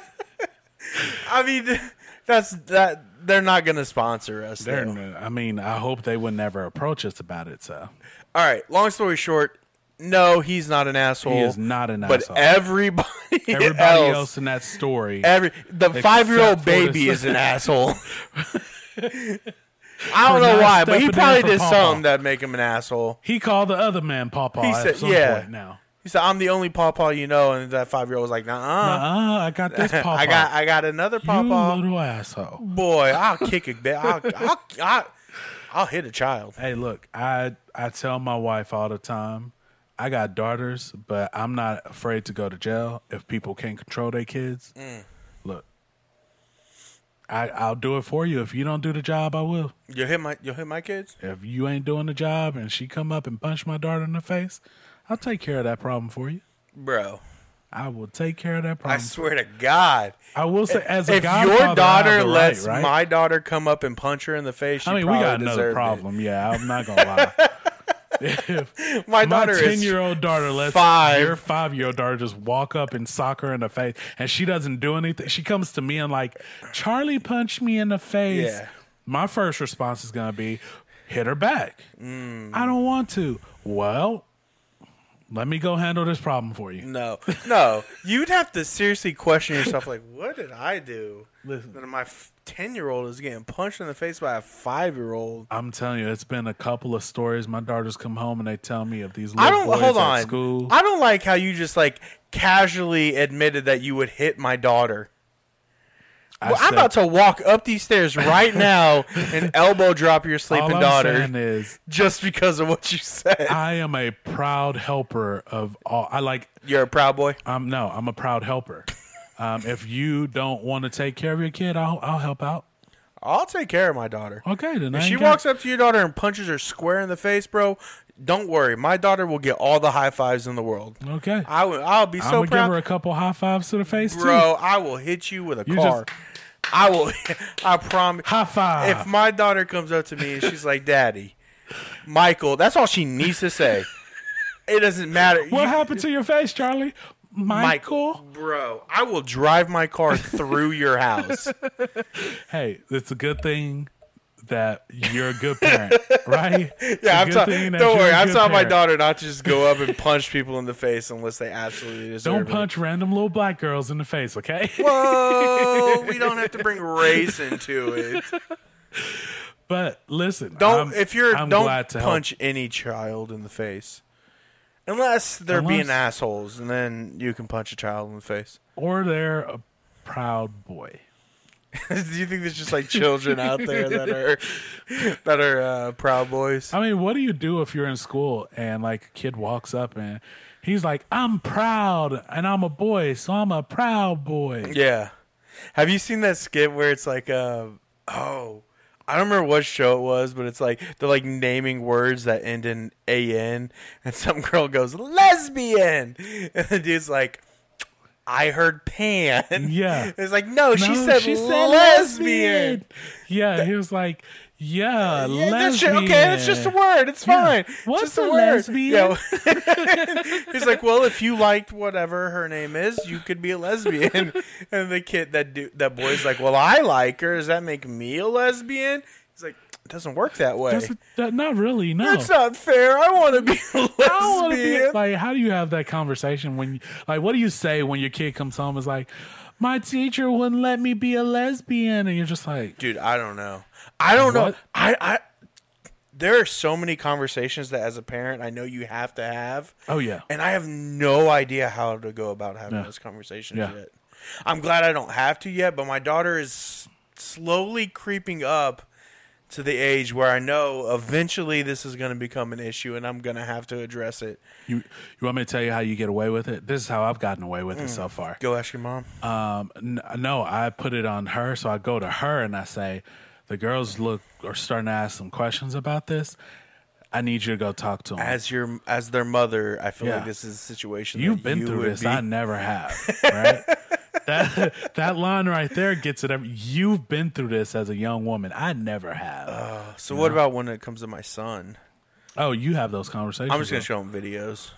S1: I mean, that's that. They're not going to sponsor us.
S2: They're-
S1: though.
S2: I mean, I hope they would never approach us about it. So
S1: All right. Long story short, no, he's not an asshole.
S2: he is not an
S1: but
S2: asshole.
S1: everybody,
S2: Everybody
S1: else,
S2: else, in that story,
S1: Every the five year
S2: for
S1: old
S2: the
S1: baby
S2: son-
S1: is an asshole. I don't
S2: For
S1: know
S2: not
S1: why, but he
S2: stepping in
S1: probably
S2: for
S1: did
S2: Pawpaw.
S1: something that make him an asshole.
S2: he called the other man Papa
S1: He
S2: at
S1: said-
S2: some
S1: yeah.
S2: point now.
S1: He said, "I'm the only pawpaw you know," and that five year old was like, "Nah,
S2: Uh, I got this Papa.
S1: Uh-huh. I got, I got another
S2: you
S1: pawpaw.
S2: little asshole.
S1: Boy, I'll kick a bit. I'll, I'll, I'll, I'll hit a child.
S2: Hey, look, I I tell my wife all the time, I got daughters, but I'm not afraid to go to jail if people can't control their kids.
S1: Mm.
S2: Look, I I'll do it for you. If you don't do the job, I will.
S1: You hit my, you hit my kids.
S2: if you ain't doing the job and she come up and punch my daughter in the face, I'll take care of that problem for you.
S1: Bro,
S2: I will take care of
S1: I
S2: that problem.
S1: swear to God,
S2: I, will say, Um, as a
S1: if your
S2: godfather, I
S1: daughter
S2: have the
S1: lets
S2: right, right?
S1: my daughter come up and punch her in the face, she
S2: I mean, we got
S1: probably
S2: another
S1: deserved
S2: problem. Yeah, I'm not gonna lie. if
S1: It. My
S2: my
S1: daughter
S2: ten
S1: is
S2: year old daughter lets
S1: five.
S2: your five year old daughter just walk up and sock her in the face, and she doesn't do anything. She comes to me and like, Charlie punched me in the face.
S1: Yeah.
S2: My first response is gonna be, hit her back.
S1: Mm.
S2: I don't want to. Well, let me go handle this problem for you.
S1: No, no. You'd have to seriously question yourself. Like, what did I do?
S2: Listen.
S1: that my ten-year-old is getting punched in the face by a five-year-old.
S2: I'm telling you, it's been a couple of stories. My daughters come home and they tell me of these little
S1: I don't
S2: boys
S1: hold
S2: at
S1: on.
S2: school.
S1: I don't like how you just like casually admitted that you would hit my daughter.
S2: I
S1: Well, I'm
S2: said-
S1: about to walk up these stairs right now and elbow drop your
S2: all
S1: sleeping
S2: I'm
S1: daughter
S2: saying is,
S1: just because of what you said.
S2: I am a proud helper of all. I like.
S1: You're a proud boy.
S2: I'm no. I'm a proud helper. Um, if you don't want to take care of your kid, I'll I'll help out.
S1: I'll take care of my daughter.
S2: Okay, then I
S1: If
S2: ain't
S1: she
S2: got-
S1: walks up to your daughter and punches her square in the face, bro, don't worry. My daughter will get all the high fives in the world.
S2: Okay,
S1: I will, I'll be
S2: I'm
S1: so
S2: gonna give
S1: proud.
S2: her a couple high fives to the face too.
S1: bro, I will hit you with a
S2: You
S1: car.
S2: just-
S1: I will. I promise.
S2: High five.
S1: if my daughter comes up to me and she's like, "Daddy, Michael," that's all she needs to say. It doesn't matter.
S2: what
S1: You-
S2: happened to your face, Charlie? Michael.
S1: bro? I will drive my car through your house.
S2: Hey, it's a good thing that you're a good parent, right? It's a
S1: Yeah, I'm
S2: good
S1: talking.
S2: thing that
S1: Don't
S2: you're a
S1: worry, I'm
S2: good
S1: telling my
S2: parent.
S1: daughter not to just go up and punch people in the face unless they absolutely deserve
S2: Don't
S1: it.
S2: punch random little black girls in the face, okay?
S1: Whoa, we don't have to bring race into it.
S2: But listen,
S1: Don't
S2: I'm-
S1: if you're
S2: I'm
S1: don't
S2: glad to help.
S1: punch any child in the face. Unless they're being
S2: Unless-
S1: assholes, and then you can punch a child in the face.
S2: or they're a proud boy.
S1: Do you think there's just like children out there that are that are uh, proud boys?
S2: I mean, what do you do if you're in school and like a kid walks up and he's like, "I'm proud and I'm a boy, so I'm a proud boy."
S1: Yeah. Have you seen that skit where it's like, uh, oh, I don't remember what show it was, but it's like they're like naming words that end in a n, and some girl goes lesbian, and the dude's like, I heard pan.
S2: Yeah.
S1: It's like no, she
S2: No,
S1: said lesbian.
S2: lesbian. Yeah, he was like,
S1: Yeah,
S2: "Yeah, lesbian."
S1: that shit- okay, it's just a word. It's fine.
S2: What's
S1: just
S2: a
S1: word.
S2: lesbian?
S1: Yeah. He's like, well, if you liked whatever her name is, you could be a lesbian. and the kid, that dude, that boy's like, well, I like her. Does that make me a lesbian? He's like, it doesn't work that way.
S2: That's that, not really. No,
S1: That's not fair. I want to be a
S2: I don't want to be
S1: lesbian.
S2: like. How do you have that conversation when, you, like, what do you say when your kid comes home? Is like, my teacher wouldn't let me be a lesbian, and you're just like,
S1: Dude, I don't know. I don't know.
S2: What?
S1: I, I. There are so many conversations that, as a parent, I know you have to have.
S2: oh yeah,
S1: and I have no idea how to go about having
S2: Yeah.
S1: those conversations
S2: Yeah.
S1: yet. I'm glad I don't have to yet, but my daughter is slowly creeping up to the age where I know eventually this is going to become an issue and I'm going to have to address it.
S2: you you want me to tell you how you get away with it? This is how I've gotten away with it so far.
S1: Go ask your mom.
S2: Um, n- no, I put it on her, so I go to her and I say, the girls look are starting to ask some questions about this. I need you to go talk to them.
S1: As your as their mother, I feel
S2: Yeah.
S1: like this is a situation
S2: You've
S1: that
S2: been
S1: you
S2: through
S1: would
S2: this.
S1: be-
S2: I never have. Right. that that line right there gets it. Every, you've been through this as a young woman. I never have.
S1: so what about when it comes to my son?
S2: oh, you have those conversations.
S1: I'm just going to show him videos.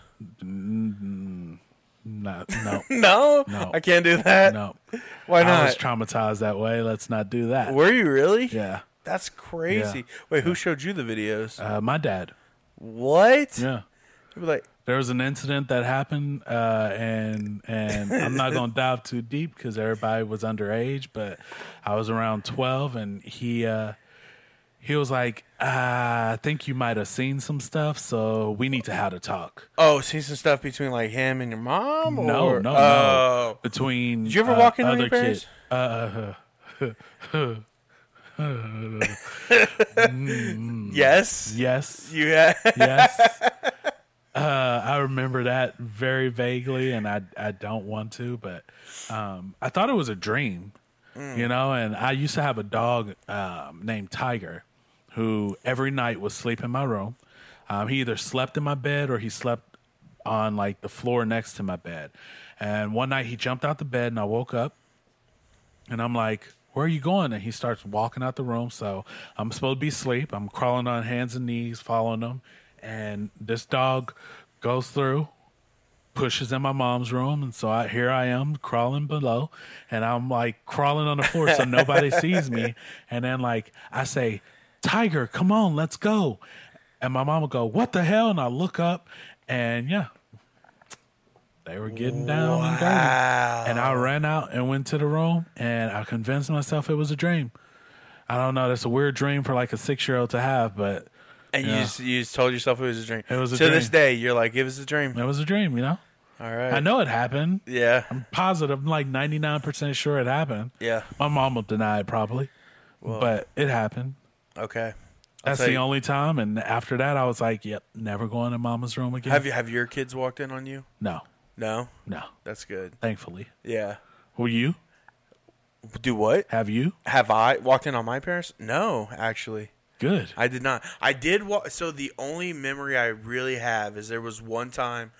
S2: No, no,
S1: No,
S2: No.
S1: I can't do that.
S2: no.
S1: Why
S2: I
S1: not?
S2: was traumatized that way. Let's not do that.
S1: Were you really?
S2: yeah.
S1: That's crazy. Wait, who showed you the videos?
S2: Uh, my dad.
S1: what?
S2: Yeah.
S1: You'd be like,
S2: There was an incident that happened, uh, and and I'm not gonna dive too deep because everybody was underage, but I was around 12, and he uh, he was like, uh, "I think you might have seen some stuff, so we need to have a talk."
S1: Oh, see some stuff between like him and your mom?
S2: No,
S1: or,
S2: no, no.
S1: Oh.
S2: Between
S1: Did you ever
S2: uh,
S1: walk into
S2: other Uh,
S1: any parents?
S2: kids, uh, uh. Mm.
S1: Yes.
S2: yes,
S1: You had.
S2: yes. Uh, I remember that very vaguely, and I I don't want to, but um, I thought it was a dream, you know. And I used to have a dog um, named Tiger, who every night would sleep in my room. Um, he either slept in my bed or he slept on like the floor next to my bed. And one night he jumped out the bed, and I woke up, and I'm like, "Where are you going?" And he starts walking out the room. So I'm supposed to be asleep. I'm crawling on hands and knees, following him, and this dog goes through, pushes in my mom's room, and so I, here I am crawling below, and I'm like crawling on the floor so nobody sees me. And then like I say, Tiger, come on, let's go. And my mom would go, What the hell? And I look up and yeah. They were getting down and dirty.
S1: Wow.
S2: And I ran out and went to the room and I convinced myself it was a dream. I don't know, that's a weird dream for like a six year old to have, but
S1: And you
S2: Yeah.
S1: just you just told yourself it was a dream.
S2: It was a
S1: to this
S2: dream.
S1: day, you're like, it was a dream.
S2: it was a dream, you know?
S1: All right.
S2: I know it happened.
S1: Yeah.
S2: Positive, I'm like ninety nine percent sure it happened.
S1: Yeah.
S2: My mom will deny it probably. but it happened.
S1: Okay. I'll
S2: That's
S1: tell
S2: the
S1: you-
S2: only time. And after that, I was like, yep, never going to mama's room again.
S1: Have you have your kids walked in on you?
S2: No,
S1: No.
S2: no,
S1: That's good.
S2: thankfully.
S1: Yeah.
S2: Will you?
S1: Do what?
S2: Have you?
S1: Have I walked in on my parents? No, actually.
S2: Good.
S1: I did not. I did wa So the only memory I really have is there was one time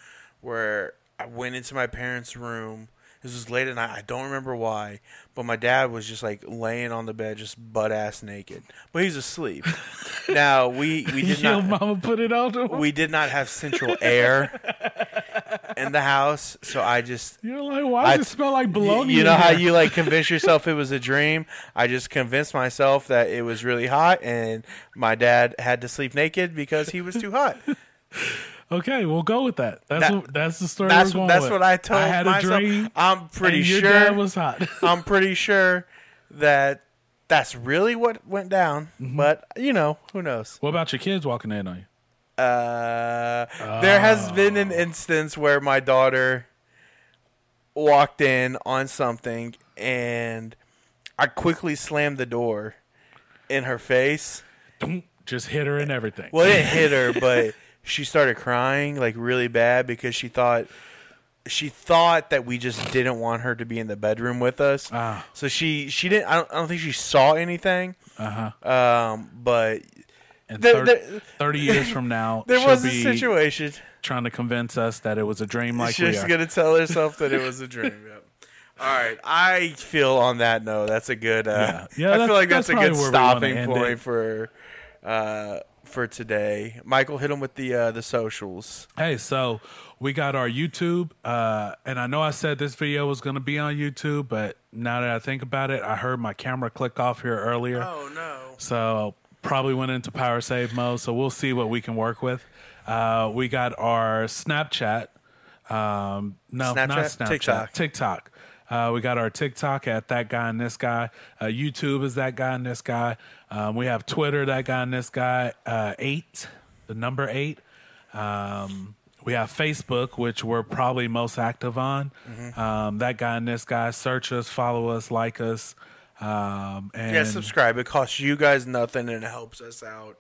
S1: where I went into my parents' room. This was late at night. I don't remember why, but my dad was just like laying on the bed, just butt ass naked, but he was asleep. now we we did
S2: Your
S1: not
S2: mama put it on to
S1: we did not have central air in the house, so I just
S2: You're like, why
S1: I-
S2: does it smell like
S1: Y-
S2: bologna?
S1: You know
S2: in
S1: how
S2: here?
S1: you like convince yourself it was a dream? I just convinced myself that it was really hot and my dad had to sleep naked because he was too hot.
S2: Okay, we'll go with that. That's
S1: That-
S2: what, that's the story.
S1: That's
S2: we're going
S1: that's
S2: with.
S1: what I told
S2: I had
S1: myself.
S2: a dream.
S1: I'm pretty
S2: and your
S1: sure
S2: dad was hot.
S1: I'm pretty sure that that's really what went down,
S2: Mm-hmm.
S1: but you know, who knows?
S2: what about your kids walking in on you?
S1: Uh, There has been an instance where my daughter walked in on something and I quickly slammed the door in her face.
S2: Don't Just hit her and everything.
S1: Well, it didn't hit her, but she started crying like really bad because she thought she thought that we just didn't want her to be in the bedroom with us.
S2: Ah.
S1: So she she didn't. I don't, I don't think she saw anything.
S2: Uh-huh.
S1: Um, but
S2: And
S1: there-
S2: thir-
S1: there-
S2: 30 years from now,
S1: there
S2: she'll
S1: was a
S2: be
S1: situation.
S2: trying to convince us that it was a dream like we
S1: She's
S2: are.
S1: gonna tell herself that it was a dream. Yep. All right, I feel on that note. That's a good. Uh,
S2: Yeah,
S1: I
S2: that's-
S1: feel like that's,
S2: that's
S1: a good
S2: probably where we wanna
S1: stopping
S2: end
S1: point
S2: it.
S1: for uh, for today. Michael, hit him with the uh, the socials.
S2: Hey, so we got our YouTube, uh, and I know I said this video was going to be on YouTube, but now that I think about it, I heard my camera click off here earlier,
S1: Oh no.
S2: so probably went into power save mode. So we'll see what we can work with. Uh, we got our Snapchat. Um, no, not
S1: Snapchat?
S2: Snapchat.
S1: TikTok.
S2: TikTok. Uh, we got our TikTok at that guy and this guy. Uh, YouTube is that guy and this guy. Um, we have Twitter, that guy and this guy. Uh, eight, the number eight. Um, we have Facebook, which we're probably most active on.
S1: Mm-hmm.
S2: Um, that guy and this guy. Search us, follow us, like us. Um, and
S1: Yeah, subscribe. It costs you guys nothing and it helps us out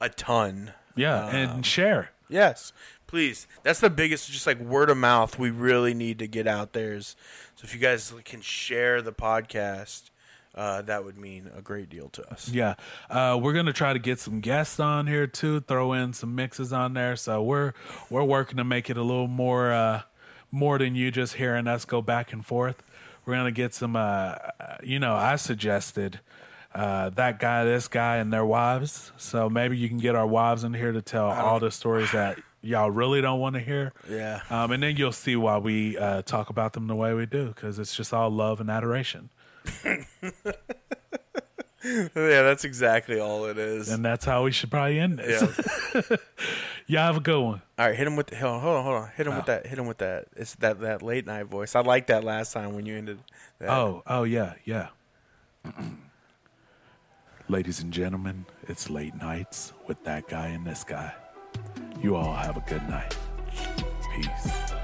S1: a ton.
S2: yeah, and share.
S1: Yes. Please. That's the biggest just like word of mouth we really need to get out there is so if you guys can share the podcast, uh, that would mean a great deal to us.
S2: Yeah. Uh, we're gonna try to get some guests on here too, throw in some mixes on there. So we're we're working to make it a little more uh more than you just hearing us go back and forth. We're gonna get some uh uh, you know, I suggested uh that guy, this guy and their wives. So maybe you can get our wives in here to tell all the stories that y'all really don't want to hear.
S1: Yeah.
S2: Um and then you'll see why we uh talk about them the way we do cuz it's just all love and adoration.
S1: yeah, that's exactly all it is.
S2: And that's how we should probably end this.
S1: yeah.
S2: Y'all have a good one.
S1: All right, hit him with the, hold on, hold on, hold on. Hit him with that. Hit him with that. It's that that late night voice. I liked that last time when you ended that.
S2: Oh, oh yeah, yeah. Ladies and gentlemen, it's late nights with that guy and this guy. You all have a good night. Peace.